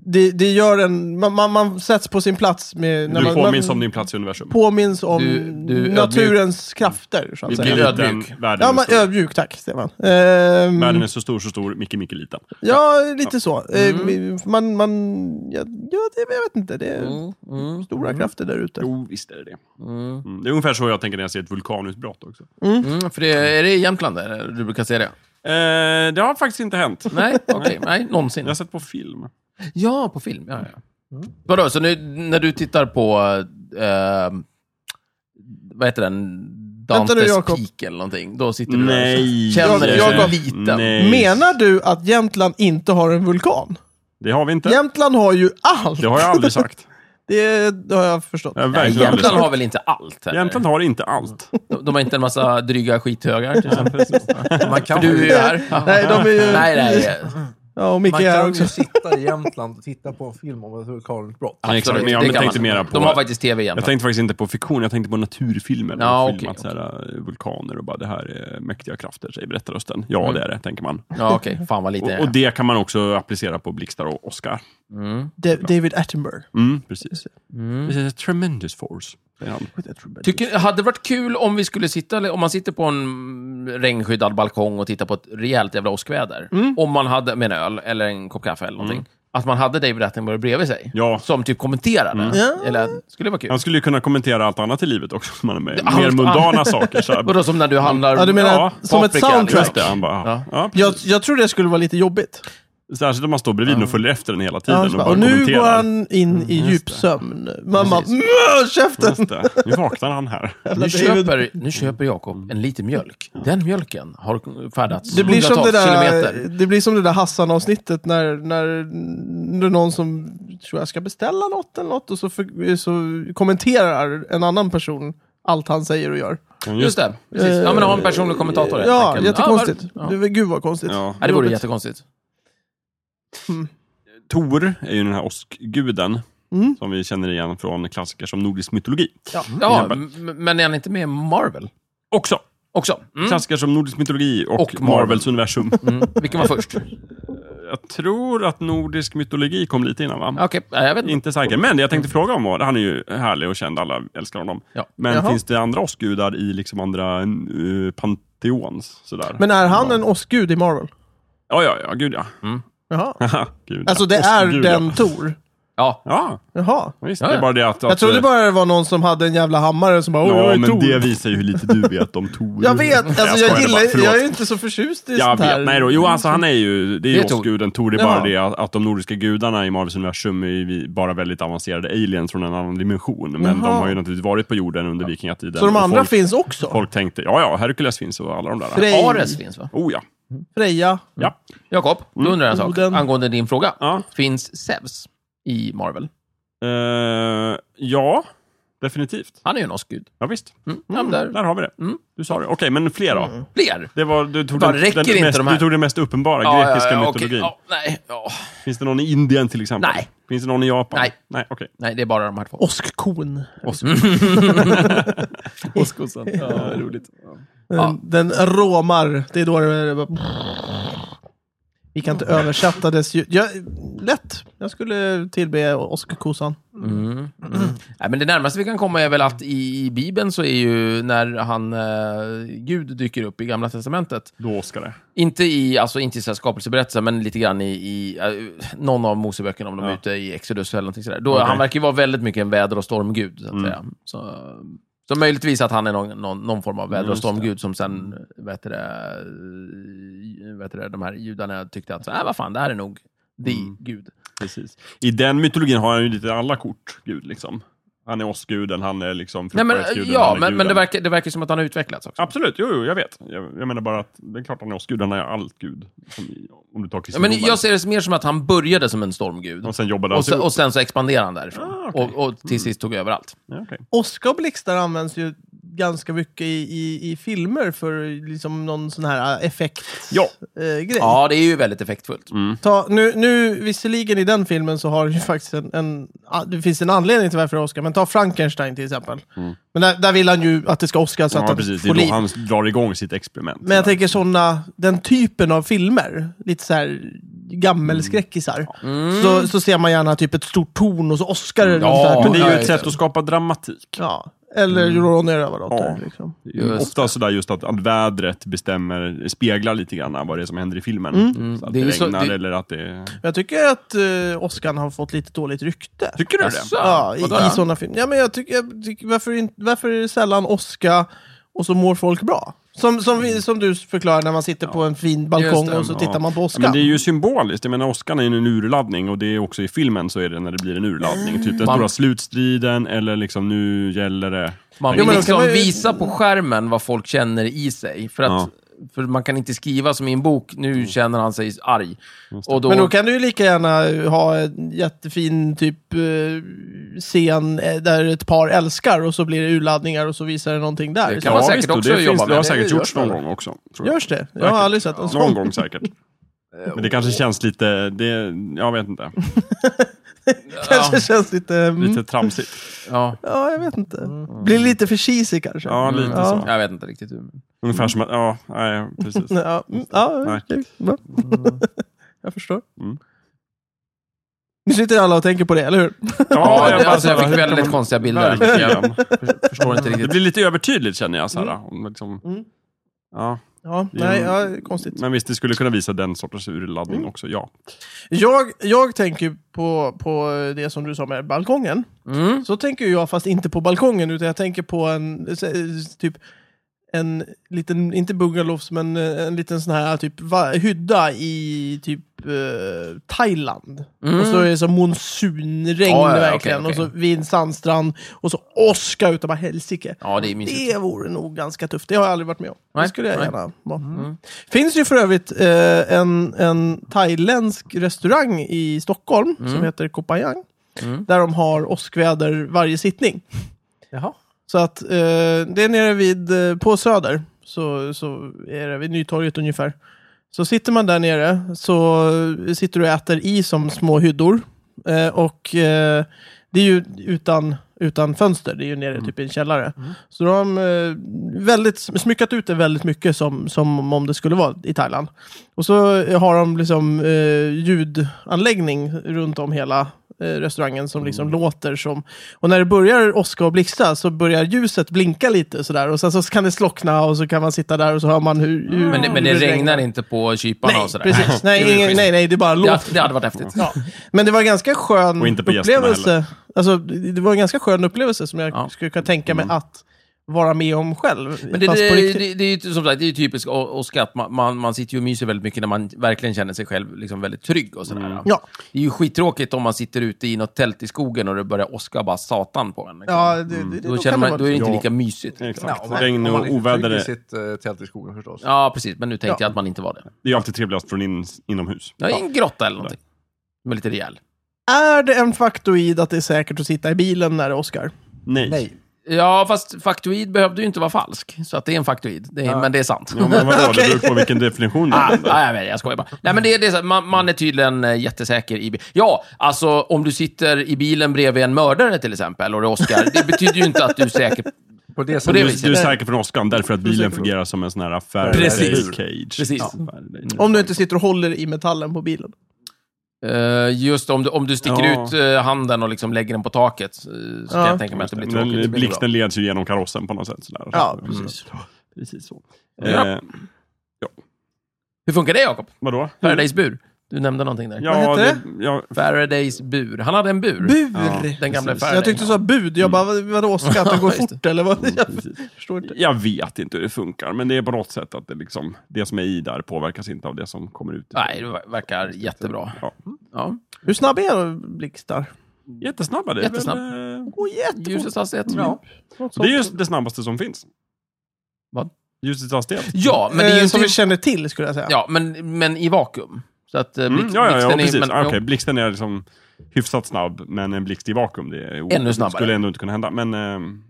[SPEAKER 3] det, det gör en... Man, man, man sätts på sin plats med...
[SPEAKER 2] Du
[SPEAKER 3] man,
[SPEAKER 2] påminns
[SPEAKER 3] man,
[SPEAKER 2] om din plats i universum.
[SPEAKER 3] påminns om
[SPEAKER 4] Du- du
[SPEAKER 3] naturens krafter, så att
[SPEAKER 2] Vi
[SPEAKER 3] säga.
[SPEAKER 2] blir
[SPEAKER 1] Säg
[SPEAKER 2] liten,
[SPEAKER 1] ödmjuk.
[SPEAKER 2] världen
[SPEAKER 3] Ja,
[SPEAKER 2] är
[SPEAKER 3] men
[SPEAKER 2] stor.
[SPEAKER 3] ödmjuk, tack Stefan. Ehm,
[SPEAKER 2] Världen är så stor, så stor, mycket, mycket liten.
[SPEAKER 3] ja, lite så. Ehm,
[SPEAKER 2] Mm.
[SPEAKER 3] man, man, ja, ja, det, jag vet inte, det är
[SPEAKER 2] Mm.
[SPEAKER 1] Mm,
[SPEAKER 3] stora krafter där ute.
[SPEAKER 2] Jo, visst är det det. Mm. Det är ungefär så jag tänker när jag ser ett vulkanutbrott också.
[SPEAKER 1] Mm, för det, är det i Jämtland där du brukar se det?
[SPEAKER 2] Eh, det har faktiskt inte hänt.
[SPEAKER 1] Nej, okej. Nej, någonsin.
[SPEAKER 2] Jag har sett på film.
[SPEAKER 1] Ja, på film. Ja, ja. Vadå, så nu, när du tittar på... Eh, vad heter den?
[SPEAKER 3] Vänta nu,
[SPEAKER 1] Dantes
[SPEAKER 3] Jakob.
[SPEAKER 1] peak eller någonting. Då sitter du
[SPEAKER 2] Nej.
[SPEAKER 1] där och känner dig
[SPEAKER 3] Jakob.
[SPEAKER 1] som liten.
[SPEAKER 2] Nej.
[SPEAKER 3] Menar du att Jämtland inte har en vulkan?
[SPEAKER 2] Det har vi inte.
[SPEAKER 3] Jämtland har ju allt!
[SPEAKER 2] Det har jag aldrig sagt.
[SPEAKER 3] Det har jag förstått.
[SPEAKER 2] Jag har
[SPEAKER 1] Nej,
[SPEAKER 2] verkligen aldrig
[SPEAKER 1] Jämtland
[SPEAKER 2] sagt.
[SPEAKER 1] har väl inte allt? heller?
[SPEAKER 2] Jämtland har inte allt.
[SPEAKER 1] De, de har inte en massa dryga skithögar till exempel.
[SPEAKER 4] Man kan,
[SPEAKER 1] För du är ju
[SPEAKER 4] ju,
[SPEAKER 1] här.
[SPEAKER 3] Nej, de är ju-
[SPEAKER 1] Nej, nej.
[SPEAKER 3] Ja, och
[SPEAKER 4] man
[SPEAKER 3] Micke är här
[SPEAKER 4] kan
[SPEAKER 3] också.
[SPEAKER 4] ju sitta i Jämtland och titta på en film om ett vulkanutbrott.
[SPEAKER 2] Nej, exakt.
[SPEAKER 1] Absolut,
[SPEAKER 2] Men jag
[SPEAKER 1] det kan
[SPEAKER 2] tänkte
[SPEAKER 1] man.
[SPEAKER 2] mera på-
[SPEAKER 1] De har faktiskt tv i
[SPEAKER 2] Jag
[SPEAKER 1] Jämtland.
[SPEAKER 2] tänkte faktiskt inte på fiktion, jag tänkte på naturfilmer. där
[SPEAKER 1] Ja,
[SPEAKER 2] de
[SPEAKER 1] okej,
[SPEAKER 2] filmat så här, eh, vulkaner och bara det här är mäktiga krafter, säger berättarrösten. Ja, det är det, tänker man.
[SPEAKER 1] Ja, okej. Fan vad lite
[SPEAKER 2] Och, och det kan man också applicera på Blixtar och Oscar.
[SPEAKER 3] Da- David Attenborough.
[SPEAKER 2] Mm, precis. Mm. This is a tremendous force, säger han.
[SPEAKER 1] Tycker, hade det varit kul om vi skulle sitta, om man sitter på en regnskyddad balkong och tittar på ett rejält jävla åskväder.
[SPEAKER 3] Mm.
[SPEAKER 1] Om man hade, med en öl eller en kopp kaffe eller någonting. Att man hade David Attenborough bredvid sig.
[SPEAKER 2] Ja.
[SPEAKER 1] Som typ kommenterade.
[SPEAKER 3] Ja.
[SPEAKER 1] Eller, skulle det vara kul?
[SPEAKER 2] Han skulle ju kunna kommentera allt annat i livet också, som han är med i.
[SPEAKER 1] Allt
[SPEAKER 2] Mer mundana
[SPEAKER 1] annat.
[SPEAKER 2] saker. Så här.
[SPEAKER 1] Vadå, som när du handlar...
[SPEAKER 3] Ja, du menar som ett
[SPEAKER 1] paprika,
[SPEAKER 3] soundtrack.
[SPEAKER 2] Just det, han bara, ja. ja.
[SPEAKER 3] Jag, jag tror det skulle vara lite jobbigt.
[SPEAKER 2] Särskilt om man står bredvid och följer efter den hela tiden.
[SPEAKER 3] Ja,
[SPEAKER 2] och,
[SPEAKER 3] så
[SPEAKER 2] bara
[SPEAKER 3] bara, och nu
[SPEAKER 2] kommenterar.
[SPEAKER 3] går han in i djupsömn. Mamma,
[SPEAKER 1] Precis.
[SPEAKER 3] mö, käften!
[SPEAKER 2] Just det. Nu vaknar han här.
[SPEAKER 1] Nu
[SPEAKER 3] David-
[SPEAKER 1] köper, nu köper Jakob en liten mjölk. Den mjölken har färdats
[SPEAKER 3] Det blir, som det,
[SPEAKER 1] hundratals
[SPEAKER 3] där,
[SPEAKER 1] kilometer.
[SPEAKER 3] det blir som det där Hassan-avsnittet när, när det är någon som tror jag ska beställa något eller något och så, för, så kommenterar en annan person allt han säger och gör.
[SPEAKER 1] Just det. Precis. Ja, men ha en personlig kommentator. helt
[SPEAKER 3] Eh, Ja,
[SPEAKER 1] enkelt.
[SPEAKER 3] jättekonstigt.
[SPEAKER 1] Ja, var-
[SPEAKER 3] Det
[SPEAKER 1] ja.
[SPEAKER 3] var, gud vad konstigt.
[SPEAKER 2] Ja.
[SPEAKER 1] Ja, det vore
[SPEAKER 3] Jobbigt.
[SPEAKER 1] jättekonstigt.
[SPEAKER 2] Tor är ju den här åskguden.
[SPEAKER 3] Mm.
[SPEAKER 2] Som vi känner igen från klassiker som nordisk mytologi.
[SPEAKER 1] Ja, m- men är han inte med i Marvel?
[SPEAKER 2] Också!
[SPEAKER 1] Också. Mm.
[SPEAKER 2] Klassiker som nordisk mytologi och,
[SPEAKER 1] Och Marvel.
[SPEAKER 2] Marvels universum.
[SPEAKER 1] Mm. Vilken var först?
[SPEAKER 2] Jag tror att nordisk mytologi kom lite innan va?
[SPEAKER 1] Okej, nej, jag vet inte.
[SPEAKER 2] Inte säker, men det jag tänkte fråga om var, han är ju härlig och känd, alla älskar honom.
[SPEAKER 1] Ja.
[SPEAKER 2] Men
[SPEAKER 3] Jaha.
[SPEAKER 2] finns det andra åskgudar i liksom andra eh, panteons? Sådär.
[SPEAKER 3] Men är han en åskgud i Marvel?
[SPEAKER 2] Ja, ja, ja, gud ja.
[SPEAKER 3] Jaha.
[SPEAKER 2] Haha, gud,
[SPEAKER 3] Mm. Alltså det
[SPEAKER 2] ja.
[SPEAKER 3] är
[SPEAKER 2] Åskgud,
[SPEAKER 3] den
[SPEAKER 2] Ja,
[SPEAKER 3] Tor.
[SPEAKER 1] Ja.
[SPEAKER 2] ja
[SPEAKER 3] Jaha.
[SPEAKER 2] visst.
[SPEAKER 1] Ja,
[SPEAKER 2] Det
[SPEAKER 1] ja.
[SPEAKER 2] är bara det att...
[SPEAKER 3] Jag
[SPEAKER 2] att,
[SPEAKER 3] trodde
[SPEAKER 2] eh,
[SPEAKER 3] bara det var någon som hade en jävla hammare som bara oj,
[SPEAKER 2] Ja,
[SPEAKER 3] oj,
[SPEAKER 2] men
[SPEAKER 3] Tor.
[SPEAKER 2] det visar ju hur lite du vet om Tor.
[SPEAKER 3] Jag vet, alltså jag,
[SPEAKER 2] skojar
[SPEAKER 3] gillar
[SPEAKER 2] bara, förlåt.
[SPEAKER 3] jag är ju inte så förtjust i
[SPEAKER 2] Jag
[SPEAKER 3] sånt här.
[SPEAKER 2] vet. Nej då, jo alltså han är ju, det är
[SPEAKER 1] Det
[SPEAKER 2] ju
[SPEAKER 1] är Tor.
[SPEAKER 2] åskguden Tor. Det är
[SPEAKER 3] Jaha.
[SPEAKER 2] bara det att, att de nordiska gudarna i Marvels universum är ju vi- bara väldigt avancerade aliens från en annan dimension. Men de
[SPEAKER 3] Jaha.
[SPEAKER 2] har ju naturligtvis varit på jorden under vikingatiden.
[SPEAKER 3] Så de
[SPEAKER 2] och
[SPEAKER 3] andra
[SPEAKER 2] folk,
[SPEAKER 3] finns också?
[SPEAKER 2] Folk tänkte, ja ja, Herkules finns och alla de där.
[SPEAKER 3] Frej,
[SPEAKER 1] Ares finns va?
[SPEAKER 2] Oh ja.
[SPEAKER 3] Freja.
[SPEAKER 2] Ja.
[SPEAKER 1] Jakob, du undrar jag en sak
[SPEAKER 3] Oden.
[SPEAKER 1] angående din fråga.
[SPEAKER 2] Ja.
[SPEAKER 1] Finns Zeus i Marvel?
[SPEAKER 2] Eh, ja, definitivt.
[SPEAKER 1] Han är ju en åskgud.
[SPEAKER 2] Ja, visst.
[SPEAKER 1] Mm. Ja, men där.
[SPEAKER 2] Där har vi det. Du sa det. Okej, men fler då?
[SPEAKER 1] Fler?
[SPEAKER 2] Det var, du, tog
[SPEAKER 1] Fan,
[SPEAKER 2] den,
[SPEAKER 1] räcker
[SPEAKER 2] den
[SPEAKER 1] inte
[SPEAKER 2] mest,
[SPEAKER 1] de här?
[SPEAKER 2] du tog den mest uppenbara
[SPEAKER 1] Ja,
[SPEAKER 2] grekiska
[SPEAKER 1] ja, ja, okej.
[SPEAKER 2] mytologin.
[SPEAKER 1] Ja, nej, ja.
[SPEAKER 2] Finns det någon i Indien till exempel?
[SPEAKER 1] Nej.
[SPEAKER 2] Finns det någon i Japan?
[SPEAKER 1] Nej.
[SPEAKER 2] Nej, okej.
[SPEAKER 1] nej, det är bara de här två.
[SPEAKER 3] Åskkon.
[SPEAKER 2] Åskossan. Ja, Eh, roligt.
[SPEAKER 1] Ja.
[SPEAKER 3] Den, den råmar. Det är då det bara... Vi kan inte översätta dess ljud. Jag, lätt. Jag skulle tillbe åskkossan.
[SPEAKER 1] Mm. Nej, men det närmaste vi kan komma är väl att i, i Bibeln så är ju när han, eh, Gud dyker upp i Gamla Testamentet,
[SPEAKER 2] Då ska det.
[SPEAKER 1] Inte i, alltså inte i så här skapelseberättelsen, men lite grann i, i eh, någon av Moseböckerna, om de är
[SPEAKER 2] Ja.
[SPEAKER 1] ute i Exodus eller någonting sådär. Då,
[SPEAKER 2] Okej.
[SPEAKER 1] Han verkar ju vara väldigt mycket en väder och stormgud, så att säga. Så, så möjligtvis att han är någon, någon, någon form av väder och
[SPEAKER 2] Just det.
[SPEAKER 1] stormgud som sen, vad heter det, eh, vad heter det, de här judarna tyckte att, nej vad fan, det här är nog the gud.
[SPEAKER 2] Precis. I den mytologin har han ju lite alla kort, Gud liksom. Han är åskguden, han är liksom
[SPEAKER 1] Nej, men, eh,
[SPEAKER 2] fruktbarhetsguden, han
[SPEAKER 1] ja,
[SPEAKER 2] är
[SPEAKER 1] men, men det,
[SPEAKER 2] guden.
[SPEAKER 1] verkar, det verkar som att han har utvecklats också.
[SPEAKER 2] Absolut, jo, jo jag vet. Jag, jag menar bara att det är klart han är åskgud, han är allt gud. Som, i- om du tar
[SPEAKER 1] Ja, men
[SPEAKER 2] kristendomen.
[SPEAKER 1] jag ser det mer som att han började som en stormgud.
[SPEAKER 2] Och sen jobbade han
[SPEAKER 1] Och
[SPEAKER 2] sig
[SPEAKER 1] sen,
[SPEAKER 2] upp.
[SPEAKER 1] och sen så expanderade han därifrån.
[SPEAKER 2] Ah, okej.
[SPEAKER 1] och, och till sist tog över allt.
[SPEAKER 2] Ja, okej.
[SPEAKER 3] Åska och blixtar används ju ganska mycket i, i, i filmer för liksom någon sån här effektgrej.
[SPEAKER 2] Ja.
[SPEAKER 1] Ja, det är ju väldigt effektfullt.
[SPEAKER 3] Ta, nu, nu, visserligen i den filmen så har ju faktiskt en, en, ah, det finns en anledning till varför det är Oscar, men ta Frankenstein till exempel. Men där, där vill han ju att det ska Oscar så
[SPEAKER 2] Mm.
[SPEAKER 3] att
[SPEAKER 2] ja,
[SPEAKER 3] han
[SPEAKER 2] precis. Det
[SPEAKER 3] får
[SPEAKER 2] är
[SPEAKER 3] liv.
[SPEAKER 2] då han drar igång sitt experiment.
[SPEAKER 3] Men jag tänker såna, den typen av filmer, lite så här gammelskräckisar.
[SPEAKER 2] Mm.
[SPEAKER 3] Så, så ser man gärna typ ett stort torn och så Oscar eller
[SPEAKER 1] Ja,
[SPEAKER 3] något sånt där
[SPEAKER 2] Men det är ju
[SPEAKER 3] torn.
[SPEAKER 2] ett sätt att skapa dramatik.
[SPEAKER 3] Ja. Eller Ronny Rövardotter.
[SPEAKER 2] Ja.
[SPEAKER 3] Liksom.
[SPEAKER 1] Just
[SPEAKER 2] Ofta sådär just att, att vädret bestämmer, speglar lite grann vad det är som händer i filmen. Så att
[SPEAKER 1] Mm. Det
[SPEAKER 2] det,
[SPEAKER 1] är ju så-
[SPEAKER 2] regnar
[SPEAKER 1] det-
[SPEAKER 2] eller att det...
[SPEAKER 3] Jag tycker att uh, Oscar har fått lite dåligt rykte.
[SPEAKER 2] Tycker du det?
[SPEAKER 1] Jaså?
[SPEAKER 3] Ja, i,
[SPEAKER 1] Vadå?
[SPEAKER 3] i sådana filmer. Ja, men jag tycker, jag tycker, varför, inte- varför är det sällan Oscar och så mår folk bra? Som, som, vi, som du förklarar när man sitter på en fin balkong
[SPEAKER 1] det,
[SPEAKER 3] och så
[SPEAKER 1] ja.
[SPEAKER 3] tittar man på
[SPEAKER 2] Ja,
[SPEAKER 3] Oscar.
[SPEAKER 2] Men det är ju symboliskt. Jag menar, Oscar är ju en urladdning och det är också i filmen så är det när det blir en urladdning. Typ den
[SPEAKER 1] Man-
[SPEAKER 2] stora slutstriden eller liksom nu gäller det.
[SPEAKER 1] Man vill
[SPEAKER 2] Jo, men
[SPEAKER 3] då kan
[SPEAKER 1] liksom
[SPEAKER 3] man ju-
[SPEAKER 1] visa på skärmen vad folk känner i sig. För, att, för man kan inte skriva som i en bok, nu känner han sig arg. Och då,
[SPEAKER 3] Men då kan du ju lika gärna ha en jättefin typ eh, scen eh, där ett par älskar och så blir det urladdningar och så visar det någonting där.
[SPEAKER 1] Det kan man säkert
[SPEAKER 2] och
[SPEAKER 1] också
[SPEAKER 2] det
[SPEAKER 1] jobba
[SPEAKER 2] finns,
[SPEAKER 1] med.
[SPEAKER 2] Det har
[SPEAKER 1] Det
[SPEAKER 2] säkert
[SPEAKER 1] görs
[SPEAKER 2] gjorts någon
[SPEAKER 1] väl.
[SPEAKER 2] gång också. tror jag.
[SPEAKER 3] Görs det? Jag har
[SPEAKER 2] Säkert.
[SPEAKER 3] aldrig sett en
[SPEAKER 2] Någon
[SPEAKER 3] sån.
[SPEAKER 2] gång säkert. Men det kanske känns lite, det, jag vet inte,
[SPEAKER 3] kanske känns lite... Mm,
[SPEAKER 2] lite tramsigt.
[SPEAKER 1] ja,
[SPEAKER 3] Ja, jag vet inte. Blir lite för cheesy kanske.
[SPEAKER 2] Ja, lite
[SPEAKER 3] Ja.
[SPEAKER 2] så.
[SPEAKER 1] Mm. jag vet inte riktigt hur. men-
[SPEAKER 2] Ungefär som att, ja, nej, precis.
[SPEAKER 3] Ja, mm, ja
[SPEAKER 2] Nej.
[SPEAKER 3] okej. Bra. jag förstår.
[SPEAKER 2] Mm.
[SPEAKER 3] Nu sitter alla och tänker på det, eller hur?
[SPEAKER 1] Ja,
[SPEAKER 2] jag
[SPEAKER 1] jag, alltså,
[SPEAKER 2] bara
[SPEAKER 1] jag
[SPEAKER 2] såhär,
[SPEAKER 1] fick
[SPEAKER 2] hur kan
[SPEAKER 1] väldigt
[SPEAKER 2] man-
[SPEAKER 1] konstiga bilder. Jag
[SPEAKER 2] Verkligen.
[SPEAKER 1] förstår inte
[SPEAKER 2] Det
[SPEAKER 1] riktigt.
[SPEAKER 2] blir lite övertydligt känner jag. Så här, om liksom,
[SPEAKER 3] Mm.
[SPEAKER 2] ja.
[SPEAKER 3] Ja,
[SPEAKER 2] Jo.
[SPEAKER 3] nej, ja, konstigt.
[SPEAKER 2] Men visst, det skulle kunna visa den sortens urladdning också, ja.
[SPEAKER 3] Jag, jag tänker ju på, på det som du sa med balkongen.
[SPEAKER 1] Mm.
[SPEAKER 3] Så tänker jag, fast inte på balkongen, utan jag tänker på en, s- s- typ, en liten, inte bungalows, men en liten sån här typ va, hydda i typ eh, Thailand.
[SPEAKER 1] Mm.
[SPEAKER 3] Och så är det så monsunregn
[SPEAKER 1] Ja, ja, ja,
[SPEAKER 3] verkligen,
[SPEAKER 1] okej, okej.
[SPEAKER 3] och så vid en sandstrand, och så åska utav bara helsike.
[SPEAKER 1] Ja, det är mysigt.
[SPEAKER 3] Det vore nog ganska tufft. Det har jag aldrig varit med om.
[SPEAKER 1] Nej,
[SPEAKER 3] Det skulle jag
[SPEAKER 1] nej. Mm.
[SPEAKER 3] gärna vara. Mm. Finns ju för övrigt eh, en, en thailändsk restaurang i Stockholm som heter Kopayang.
[SPEAKER 1] Mm.
[SPEAKER 3] Där de har åskväder varje sittning.
[SPEAKER 4] Jaha.
[SPEAKER 3] Så att eh, det är nere vid, eh, på Söder, så, så är det vid Nytorget ungefär. Så sitter man där nere, så sitter du och äter i som små hyddor. Eh, och eh, det är ju utan, utan fönster, det är ju nere
[SPEAKER 1] Mm.
[SPEAKER 3] typ i en källare. Så de har eh, väldigt, smyckat ut det väldigt mycket som, som om det skulle vara i Thailand. Och så har de liksom eh, ljudanläggning runt om hela eh, restaurangen som liksom
[SPEAKER 1] Mm.
[SPEAKER 3] låter som... Och när det börjar åska och blixtra så börjar ljuset blinka lite sådär. Och sen så kan det slockna och så kan man sitta där och så hör man hur... hur
[SPEAKER 1] Men det, men det
[SPEAKER 3] hur
[SPEAKER 1] regnar inte på kyparna
[SPEAKER 3] Nej,
[SPEAKER 1] och sådär.
[SPEAKER 3] precis. Nej, ingen, nej, nej, det bara
[SPEAKER 1] Det,
[SPEAKER 3] låter.
[SPEAKER 1] det hade varit häftigt.
[SPEAKER 3] Ja. Men det var en ganska skön
[SPEAKER 2] Och inte på gästerna
[SPEAKER 3] upplevelse. Alltså, det det var en ganska skön upplevelse som jag
[SPEAKER 1] Ja.
[SPEAKER 3] skulle kunna tänka mig att vara med om själv.
[SPEAKER 1] Men det,
[SPEAKER 3] fast
[SPEAKER 1] det,
[SPEAKER 3] på
[SPEAKER 1] det,
[SPEAKER 3] riktigt.
[SPEAKER 1] det, är ju som sagt, det är ju typiskt O- Oscar att man, man, man sitter ju och myser väldigt mycket när man verkligen känner sig själv liksom väldigt trygg och sådär.
[SPEAKER 3] Mm. Ja,
[SPEAKER 1] Det är ju skittråkigt om man sitter ute i något tält i skogen och det börjar åska bara satan på en. Liksom.
[SPEAKER 3] ja det, det, det,
[SPEAKER 1] då,
[SPEAKER 3] kan
[SPEAKER 1] känner
[SPEAKER 3] det
[SPEAKER 1] man,
[SPEAKER 3] vara
[SPEAKER 1] då är det inte
[SPEAKER 2] Ja.
[SPEAKER 1] lika mysigt. liksom.
[SPEAKER 2] Exakt.
[SPEAKER 4] om man-
[SPEAKER 2] Regn
[SPEAKER 4] om man
[SPEAKER 2] och
[SPEAKER 4] inte
[SPEAKER 2] oväder,
[SPEAKER 4] trycker
[SPEAKER 2] är-
[SPEAKER 4] sitt eh, tält i skogen förstås.
[SPEAKER 1] Ja, precis. Men nu tänkte
[SPEAKER 3] Ja.
[SPEAKER 1] jag att man inte var det.
[SPEAKER 2] det är ju alltid trevligast från in, inomhus.
[SPEAKER 1] Ja, i en grotta eller någonting. Med lite rejäl.
[SPEAKER 3] Är det en faktoid att det är säkert att sitta i bilen när det åskar?
[SPEAKER 2] Nej.
[SPEAKER 4] Nej.
[SPEAKER 1] Ja, fast faktoid behövde ju inte vara falsk. Så att det är en faktoid. Det är, Men det är sant.
[SPEAKER 2] Ja, men vadå, det beror på vilken definition du
[SPEAKER 1] Ah,
[SPEAKER 2] använder.
[SPEAKER 1] ah, jag, vet, jag skojar bara. Nej, men det, det är så, här, man, man är tydligen eh, jättesäker i bil. Ja, alltså om du sitter i bilen bredvid en mördare till exempel och det är Oscar, det betyder ju inte att du är säker.
[SPEAKER 4] På det
[SPEAKER 1] det
[SPEAKER 4] sättet.
[SPEAKER 1] viset.
[SPEAKER 2] Du är säker från åskan därför att bilen fungerar som en sån här Faraday
[SPEAKER 1] Precis.
[SPEAKER 2] cage.
[SPEAKER 1] Precis.
[SPEAKER 2] Ja.
[SPEAKER 3] Om du inte sitter och håller i metallen på bilen.
[SPEAKER 1] Eh, just om du, om du sticker
[SPEAKER 2] Ja.
[SPEAKER 1] ut eh, handen och liksom lägger den på taket, eh, så kan
[SPEAKER 3] Ja.
[SPEAKER 1] jag tänka mig att det blir
[SPEAKER 2] Men
[SPEAKER 1] tråkigt.
[SPEAKER 2] den- Blixten leds ju genom karossen på något sätt. Sådär.
[SPEAKER 3] Ja,
[SPEAKER 2] Så-
[SPEAKER 3] precis.
[SPEAKER 2] precis så.
[SPEAKER 1] Ja.
[SPEAKER 2] Eh,
[SPEAKER 1] Hur funkar det, Jakob?
[SPEAKER 2] vadå?
[SPEAKER 1] Faradays bur? Du nämnde någonting där.
[SPEAKER 2] Mm. Ja,
[SPEAKER 3] Vad heter
[SPEAKER 2] det, ja,
[SPEAKER 1] Faradays bur. Han hade en bur.
[SPEAKER 3] Bur!
[SPEAKER 2] Ja.
[SPEAKER 1] Den gamla
[SPEAKER 2] Precis.
[SPEAKER 1] Faraday.
[SPEAKER 3] Jag tyckte du sa bud. Jag bara, vad- vadå åska? Att det går fort eller? Vad? Jag
[SPEAKER 2] precis.
[SPEAKER 3] förstår inte.
[SPEAKER 2] Jag vet inte hur det funkar, men det är på något sätt att det, liksom, det som är i där påverkas inte av det som kommer ut.
[SPEAKER 1] Nej, det ver- verkar jättebra.
[SPEAKER 2] Ja.
[SPEAKER 1] Ja.
[SPEAKER 3] Hur snabb är blixtar?
[SPEAKER 2] Jättesnabba. Det är,
[SPEAKER 1] Jättesnabb.
[SPEAKER 2] Väl, eh,
[SPEAKER 3] Går jättefort.
[SPEAKER 1] Ljusets hastighet.
[SPEAKER 3] Ja. Något
[SPEAKER 2] det
[SPEAKER 3] sånt.
[SPEAKER 2] är just det snabbaste som finns.
[SPEAKER 1] Vad?
[SPEAKER 2] Ljusets hastighet.
[SPEAKER 1] Ja, men det är
[SPEAKER 3] Eh,
[SPEAKER 1] ju
[SPEAKER 3] Som vi
[SPEAKER 1] inte...
[SPEAKER 3] känner till skulle jag säga.
[SPEAKER 1] Ja, men, men i vakuum. Så att eh,
[SPEAKER 2] Mm,
[SPEAKER 1] blixt-
[SPEAKER 2] ja, ja, ja,
[SPEAKER 1] blixten är-
[SPEAKER 2] precis.
[SPEAKER 1] men-
[SPEAKER 2] Ah, Okej, blixten är liksom hyfsat snabb, men en blixt i vakuum det är,
[SPEAKER 1] Ännu snabbare.
[SPEAKER 2] skulle ändå inte kunna hända. Men, eh, mm.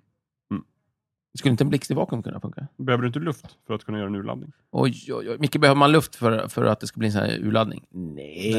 [SPEAKER 1] Skulle inte en blixt i vakuum kunna funka?
[SPEAKER 2] Behöver du inte luft för att kunna göra en urladdning?
[SPEAKER 1] Oj, oj, oj. Micke, behöver man luft för, för att det ska bli en sån här urladdning? Nej.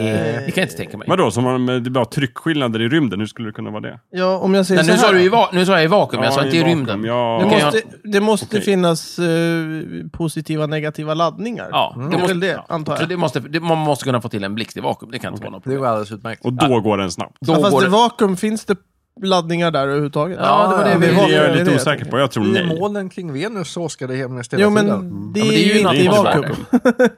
[SPEAKER 1] Det kan jag inte tänka mig.
[SPEAKER 2] Vadå, som om eh, det är bara tryckskillnader i rymden, hur skulle det kunna vara det?
[SPEAKER 3] Ja, om jag säger
[SPEAKER 1] Nej, nu,
[SPEAKER 3] så
[SPEAKER 1] sa
[SPEAKER 3] här.
[SPEAKER 1] du i va- nu sa jag i vakuum, jag
[SPEAKER 2] Ja,
[SPEAKER 1] sa alltså inte i
[SPEAKER 2] vakuum,
[SPEAKER 1] rymden.
[SPEAKER 2] Ja.
[SPEAKER 3] det
[SPEAKER 1] Okej,
[SPEAKER 3] måste, det måste
[SPEAKER 2] Okej.
[SPEAKER 3] finnas eh, positiva och negativa laddningar.
[SPEAKER 1] Ja,
[SPEAKER 3] Det
[SPEAKER 1] det
[SPEAKER 3] är
[SPEAKER 1] måste,
[SPEAKER 3] väl det, antar
[SPEAKER 1] så
[SPEAKER 3] jag.
[SPEAKER 1] det måste, det, man måste kunna få till en blixt i vakuum. Det kan inte vara något
[SPEAKER 4] Det
[SPEAKER 1] problem.
[SPEAKER 4] var alldeles utmärkt.
[SPEAKER 2] Och då går den snabbt.
[SPEAKER 1] Då
[SPEAKER 3] Ja, fast
[SPEAKER 1] går
[SPEAKER 3] i
[SPEAKER 1] det-
[SPEAKER 3] vakuum, finns det laddningar där överhuvudtaget?
[SPEAKER 1] Ja, det var det
[SPEAKER 3] Ja,
[SPEAKER 1] vi-
[SPEAKER 3] det
[SPEAKER 2] Det är jag
[SPEAKER 3] det
[SPEAKER 2] lite
[SPEAKER 3] jag
[SPEAKER 2] osäker på. Jag tror
[SPEAKER 4] I
[SPEAKER 2] nej.
[SPEAKER 4] molnen kring Venus så åskar det hemskt hela
[SPEAKER 3] Jo, men
[SPEAKER 4] tiden.
[SPEAKER 3] det
[SPEAKER 1] Ja, men
[SPEAKER 3] är ju inte i
[SPEAKER 1] något
[SPEAKER 3] vakuum.
[SPEAKER 1] vakuum.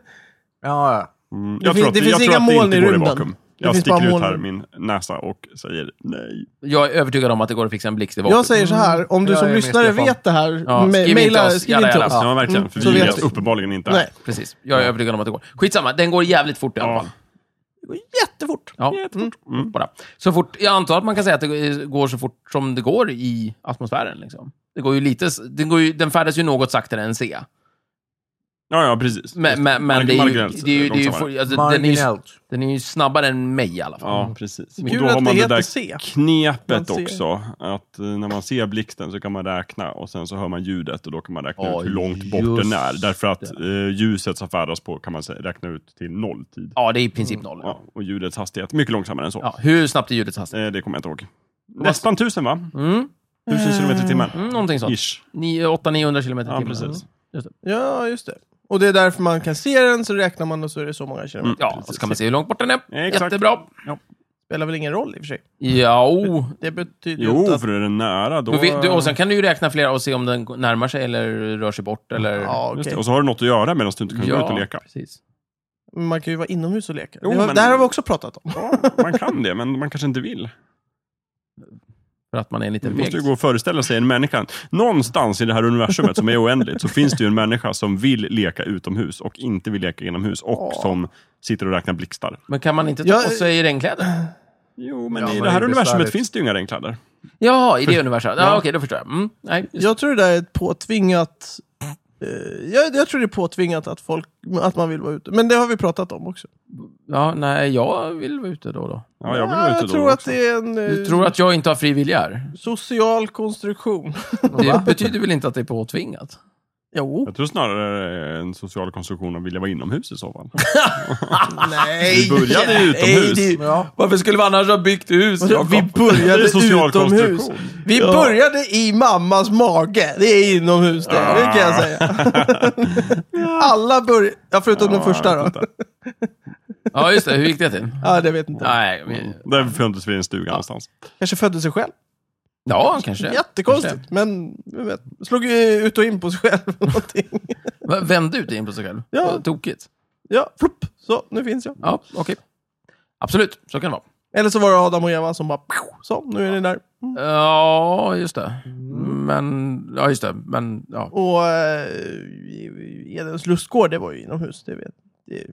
[SPEAKER 4] Ja, ja.
[SPEAKER 2] Mm,
[SPEAKER 3] Det finns-
[SPEAKER 2] att
[SPEAKER 3] det finns
[SPEAKER 2] jag
[SPEAKER 3] inga
[SPEAKER 2] tror att det
[SPEAKER 3] moln
[SPEAKER 2] inte
[SPEAKER 3] i
[SPEAKER 2] går
[SPEAKER 3] rymden.
[SPEAKER 2] vakuum.
[SPEAKER 3] Det
[SPEAKER 2] Jag
[SPEAKER 3] finns
[SPEAKER 2] sticker
[SPEAKER 3] bara
[SPEAKER 2] ut
[SPEAKER 3] moln.
[SPEAKER 2] här min näsa och säger nej.
[SPEAKER 1] Jag är övertygad om att det går att fixa en blixt i vakuum.
[SPEAKER 3] Jag säger så här, om du
[SPEAKER 4] Jag
[SPEAKER 3] som
[SPEAKER 4] är med,
[SPEAKER 3] lyssnare
[SPEAKER 4] Stefan.
[SPEAKER 3] vet det här,
[SPEAKER 1] Ja,
[SPEAKER 3] ma-
[SPEAKER 1] skriv inte
[SPEAKER 3] maila-
[SPEAKER 1] oss,
[SPEAKER 3] skriv
[SPEAKER 1] jävla
[SPEAKER 3] inte
[SPEAKER 1] jävla.
[SPEAKER 3] oss.
[SPEAKER 2] Ja, verkligen.
[SPEAKER 1] Mm.
[SPEAKER 2] För
[SPEAKER 3] så
[SPEAKER 2] vi
[SPEAKER 3] vet
[SPEAKER 2] vet
[SPEAKER 3] vi.
[SPEAKER 2] uppenbarligen inte.
[SPEAKER 3] Nej,
[SPEAKER 1] Precis, jag är övertygad om att det går. Skitsamma, den går jävligt fort i alla
[SPEAKER 2] Ja.
[SPEAKER 1] fall.
[SPEAKER 3] det går jättefort.
[SPEAKER 1] Ja. Mm. Bara. Så fort, jag antar att man kan säga att det går så fort som det går i atmosfären. Liksom. Det går ju lite, s- den, går ju, den färdas ju något saktare än C.
[SPEAKER 2] Ja, ja, precis.
[SPEAKER 1] Men, men, men det är ju,
[SPEAKER 2] Marginellt eh,
[SPEAKER 1] det är ju, det är ju,
[SPEAKER 2] långsammare.
[SPEAKER 1] for- alltså, den, är ju,
[SPEAKER 4] Marginellt.
[SPEAKER 1] den är ju snabbare än mig i alla fall.
[SPEAKER 2] Ja, precis. Och
[SPEAKER 3] Kul
[SPEAKER 2] då har
[SPEAKER 3] att det
[SPEAKER 2] man det
[SPEAKER 3] heter
[SPEAKER 2] där
[SPEAKER 3] C. Man
[SPEAKER 2] knepet
[SPEAKER 3] ser.
[SPEAKER 2] också. Att eh, när man ser blixten så kan man räkna och sen så hör man ljudet och då kan man räkna
[SPEAKER 1] Ja,
[SPEAKER 2] ut hur långt bort
[SPEAKER 1] just
[SPEAKER 2] den är. Därför att eh, ljuset som färdas på kan man säga, räkna ut till nolltid.
[SPEAKER 1] Ja, det är i princip noll.
[SPEAKER 2] Mm. Ja, och ljudets hastighet, mycket långsammare än så.
[SPEAKER 1] Ja, hur snabbt är ljudets hastighet?
[SPEAKER 2] Eh, det kommer jag inte ihåg. Nästan tusen va? Tusen kilometer i timmen.
[SPEAKER 1] Mm, någonting sånt.
[SPEAKER 2] Ish.
[SPEAKER 1] 800-900 km i
[SPEAKER 2] Ja,
[SPEAKER 1] timmen.
[SPEAKER 2] precis.
[SPEAKER 3] Ja, just det. Och det är därför man kan se den, så räknar man och så är det så många kilometer.
[SPEAKER 2] Mm.
[SPEAKER 1] Ja, och så kan man se hur långt bort den är.
[SPEAKER 2] Exakt.
[SPEAKER 1] Jättebra.
[SPEAKER 3] Spelar väl ingen roll i och för sig.
[SPEAKER 1] Ja,
[SPEAKER 3] Det betyder ju inte
[SPEAKER 2] Jo,
[SPEAKER 3] att...
[SPEAKER 2] för är den nära då...
[SPEAKER 1] Du vet, du, och sen kan du ju räkna flera och se om den närmar sig eller rör sig bort. Eller...
[SPEAKER 3] Ja,
[SPEAKER 2] Just
[SPEAKER 3] okej.
[SPEAKER 2] det. Och så har du något att göra medan du inte kan gå ut och leka.
[SPEAKER 1] Precis.
[SPEAKER 3] Men Man kan ju vara inomhus och leka.
[SPEAKER 2] Jo,
[SPEAKER 3] det, har,
[SPEAKER 2] men-
[SPEAKER 3] det här har vi också pratat om.
[SPEAKER 2] Man kan det, men man kanske inte vill.
[SPEAKER 1] För att man är en
[SPEAKER 2] Det
[SPEAKER 1] liten
[SPEAKER 2] måste ju
[SPEAKER 1] feg.
[SPEAKER 2] gå och föreställa sig en människa. Någonstans i det här universumet som är oändligt så finns det ju en människa som vill leka utomhus och inte vill leka inomhus och
[SPEAKER 3] Ja.
[SPEAKER 2] som sitter och räknar blixtar.
[SPEAKER 1] Men kan man inte ta
[SPEAKER 3] Jag-
[SPEAKER 1] på sig regnkläder?
[SPEAKER 2] Jo, men
[SPEAKER 4] Ja,
[SPEAKER 2] i
[SPEAKER 4] men
[SPEAKER 2] det här
[SPEAKER 4] det är
[SPEAKER 2] universumet
[SPEAKER 4] besvärligt.
[SPEAKER 2] finns det ju inga regnkläder.
[SPEAKER 1] Ja, i det universet. Ja, okej, då förstår jag. Mm, nej, just-
[SPEAKER 3] Jag tror det där är ett påtvingat... Eh, jag, jag tror det är påtvingat att, folk, att man vill vara ute. Men det har vi pratat om också.
[SPEAKER 1] ja, nej, jag vill vara ute då och då.
[SPEAKER 2] Ja, jag vill vara ute
[SPEAKER 3] jag
[SPEAKER 2] då
[SPEAKER 3] tror
[SPEAKER 2] också.
[SPEAKER 3] att det är en eh,
[SPEAKER 1] Du tror att jag inte har fri vilja här?
[SPEAKER 3] social konstruktion.
[SPEAKER 1] Det betyder väl inte att det är påtvingat?
[SPEAKER 3] Jo.
[SPEAKER 2] Jag tror snarare det är en social konstruktion att vilja vara inomhus i så fall.
[SPEAKER 3] Nej.
[SPEAKER 2] Vi började ju utomhus.
[SPEAKER 3] Nej, det-
[SPEAKER 4] Ja.
[SPEAKER 1] Varför skulle vi annars ha byggt hus?
[SPEAKER 3] Vadå, Vi började
[SPEAKER 2] Det är social
[SPEAKER 3] utomhus.
[SPEAKER 2] konstruktion.
[SPEAKER 3] Vi
[SPEAKER 1] Ja.
[SPEAKER 3] började i mammas mage. Det är inomhus det, det kan
[SPEAKER 2] Ah.
[SPEAKER 3] jag säga. Alla började, ja, förutom
[SPEAKER 2] Ah,
[SPEAKER 3] den första då.
[SPEAKER 1] Ja, just det. Hur gick det till?
[SPEAKER 3] Ja, det vet inte.
[SPEAKER 1] Nej, men...
[SPEAKER 2] Där föddes vi i en stuga någonstans.
[SPEAKER 3] Kanske födde sig själv.
[SPEAKER 1] Ja, kanske.
[SPEAKER 3] Jättekonstigt, men vem vet, slog ju ut och in på sig själv. eller Någonting.
[SPEAKER 1] Va, Vände ut in på sig själv?
[SPEAKER 3] Ja.
[SPEAKER 1] Vad Tokigt.
[SPEAKER 3] Ja, plupp, så nu finns jag.
[SPEAKER 1] Ja, okej. Absolut, så kan det vara.
[SPEAKER 3] Eller så var det Adam och Eva som bara, pow, så nu är ni där. Mm.
[SPEAKER 1] Ja, just det. Men, ja just det. Men, ja.
[SPEAKER 3] Och eh, Edens lustgård, det var ju inomhus, det, vet, det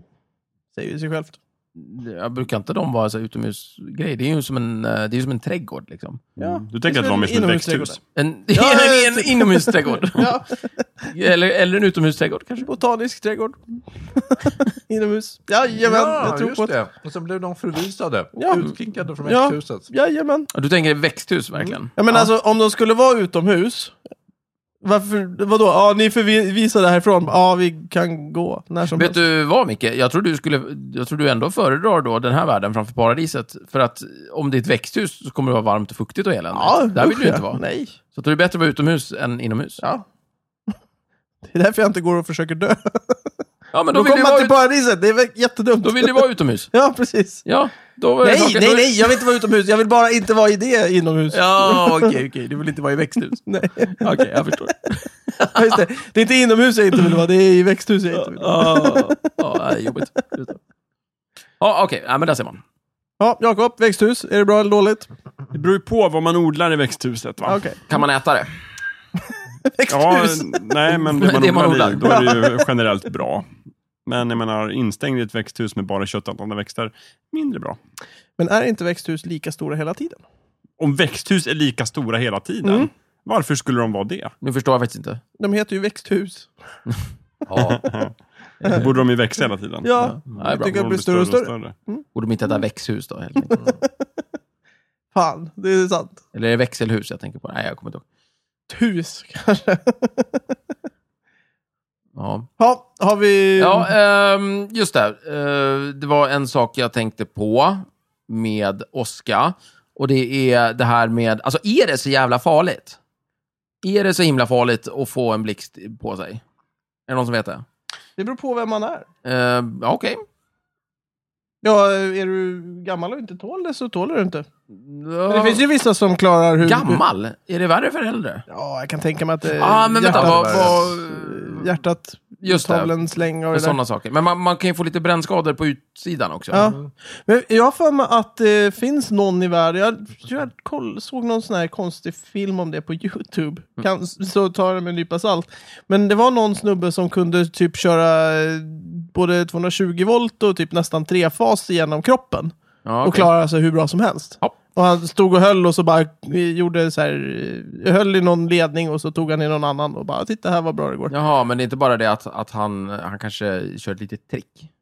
[SPEAKER 3] säger ju sig självt.
[SPEAKER 1] Jag brukar inte de vara så här utomhusgrej? Det är ju som en, eh, det är ju som en trädgård liksom.
[SPEAKER 3] Ja.
[SPEAKER 2] Mm. Du tänker att det var mer som ett
[SPEAKER 3] Inomhusträdgården.
[SPEAKER 2] växthus?
[SPEAKER 1] En,
[SPEAKER 3] Ja,
[SPEAKER 1] en,
[SPEAKER 3] typ.
[SPEAKER 1] en inomhusträdgård.
[SPEAKER 3] Ja,
[SPEAKER 1] eller, eller en utomhusträdgård kanske.
[SPEAKER 3] botanisk trädgård. Inomhus. Jajamän,
[SPEAKER 4] Ja,
[SPEAKER 3] jag tror
[SPEAKER 4] just
[SPEAKER 3] på det.
[SPEAKER 4] det. Och sen blev de förvisade.
[SPEAKER 3] Ja.
[SPEAKER 4] Utkickade från
[SPEAKER 3] Ja.
[SPEAKER 4] växthuset.
[SPEAKER 3] Jajamän.
[SPEAKER 1] Ja, Du tänker växthus verkligen?
[SPEAKER 3] Ja, men alltså om de skulle vara utomhus, varför, vadå? Ja, ni förvisar det härifrån. Ja, vi kan gå när som
[SPEAKER 1] Vet
[SPEAKER 3] helst.
[SPEAKER 1] du vad Micke? Jag tror du, skulle, jag tror du ändå föredrar då den här världen framför paradiset. För att om det är ett växthus så kommer det vara varmt och fuktigt och eländigt. Där vill
[SPEAKER 3] usch,
[SPEAKER 1] du inte
[SPEAKER 3] ja.
[SPEAKER 1] vara.
[SPEAKER 3] Nej.
[SPEAKER 1] Så det är bättre att vara utomhus än inomhus.
[SPEAKER 3] Ja. Det är därför jag inte går och försöker dö.
[SPEAKER 1] Ja, men
[SPEAKER 3] Då,
[SPEAKER 1] då, vill
[SPEAKER 3] kommer
[SPEAKER 1] du
[SPEAKER 3] man
[SPEAKER 1] vara,
[SPEAKER 3] till
[SPEAKER 1] ut,
[SPEAKER 3] paradiset, det är väl jättedumt.
[SPEAKER 1] då vill du vara utomhus.
[SPEAKER 3] Ja, precis.
[SPEAKER 1] Ja, då var
[SPEAKER 3] Nej,
[SPEAKER 1] saken-
[SPEAKER 3] nej,
[SPEAKER 1] då-
[SPEAKER 3] nej, jag vill inte vara utomhus. Jag vill bara inte vara i det inomhus.
[SPEAKER 1] Ja, okej, okej. Du vill inte vara i växthus.
[SPEAKER 3] Nej,
[SPEAKER 1] Okej, jag förstår.
[SPEAKER 3] ja, just det. Det är inte inomhus jag inte vill vara, det är i växthus jag inte vill vara.
[SPEAKER 1] Ja, ja, det är jobbigt. Just det. Ja, okej. Ja, men där ser man.
[SPEAKER 3] Ja, Jakob, växthus, är det bra eller dåligt?
[SPEAKER 2] Det beror ju på vad man odlar i växthuset va?
[SPEAKER 3] Okej.
[SPEAKER 1] Kan man äta det?
[SPEAKER 2] Ja,
[SPEAKER 3] Växthus.
[SPEAKER 2] nej, men det man,
[SPEAKER 1] Det man
[SPEAKER 2] odlar i, då
[SPEAKER 1] odlar.
[SPEAKER 2] är det ju generellt bra. Men jag menar, instängd i ett växthus med bara köttätande växter, mindre bra.
[SPEAKER 3] Men är inte växthus lika stora hela tiden?
[SPEAKER 2] Om växthus är lika stora hela tiden, varför skulle de vara det?
[SPEAKER 1] Nu förstår jag faktiskt inte.
[SPEAKER 3] De heter ju växthus.
[SPEAKER 1] Ja,
[SPEAKER 2] Då borde de ju växa hela tiden.
[SPEAKER 3] Ja,
[SPEAKER 1] det är
[SPEAKER 3] jag
[SPEAKER 1] bra.
[SPEAKER 3] tycker det
[SPEAKER 2] De
[SPEAKER 3] blir större och större.
[SPEAKER 1] Borde de inte äta växthus då, helt enkelt?
[SPEAKER 3] Fan, det är sant.
[SPEAKER 1] Eller är det växelhus jag tänker på? Nej, jag kommer inte ihåg.
[SPEAKER 3] hus kanske.
[SPEAKER 1] Ja,
[SPEAKER 3] Ja, har vi...
[SPEAKER 1] ja ehm, just det. Eh, det var en sak jag tänkte på med åska. Och det är det här med, alltså är det så jävla farligt? Är det så himla farligt att få en blixt på sig? Är det någon som vet det?
[SPEAKER 3] Det beror på vem man är.
[SPEAKER 1] Eh, ja, Okej.
[SPEAKER 3] Ja, är du gammal och inte tål det så tål du det inte. Men
[SPEAKER 1] Ja,
[SPEAKER 3] det finns ju vissa som klarar hur...
[SPEAKER 1] Gammal? Är det värre för äldre?
[SPEAKER 3] Ja, jag kan tänka mig att det
[SPEAKER 1] Ja, men vänta,
[SPEAKER 3] hjärtat,
[SPEAKER 1] vad- vad-
[SPEAKER 3] hjärtat
[SPEAKER 1] Just det.
[SPEAKER 3] tavlan släng och
[SPEAKER 1] För
[SPEAKER 3] det där.
[SPEAKER 1] sådana saker. Men man, man kan ju få lite brännskador på utsidan också.
[SPEAKER 3] Ja. Men jag har för mig att det finns någon i världen, jag, tror jag koll, såg någon sån här konstig film om det på YouTube,
[SPEAKER 1] Mm.
[SPEAKER 3] kan, så ta det med en nypa salt. Men det var någon snubbe som kunde typ köra eh, både 220 volt och typ nästan trefas genom kroppen
[SPEAKER 1] Ja, okej.
[SPEAKER 3] och klara sig hur bra som helst.
[SPEAKER 1] Ja.
[SPEAKER 3] Och han stod och höll och så bara eh, gjorde så här, eh, höll i någon ledning och så tog han i någon annan och bara titta här vad bra det går.
[SPEAKER 1] Jaha, men det är inte bara det att, att han, han kanske kör ett litet trick?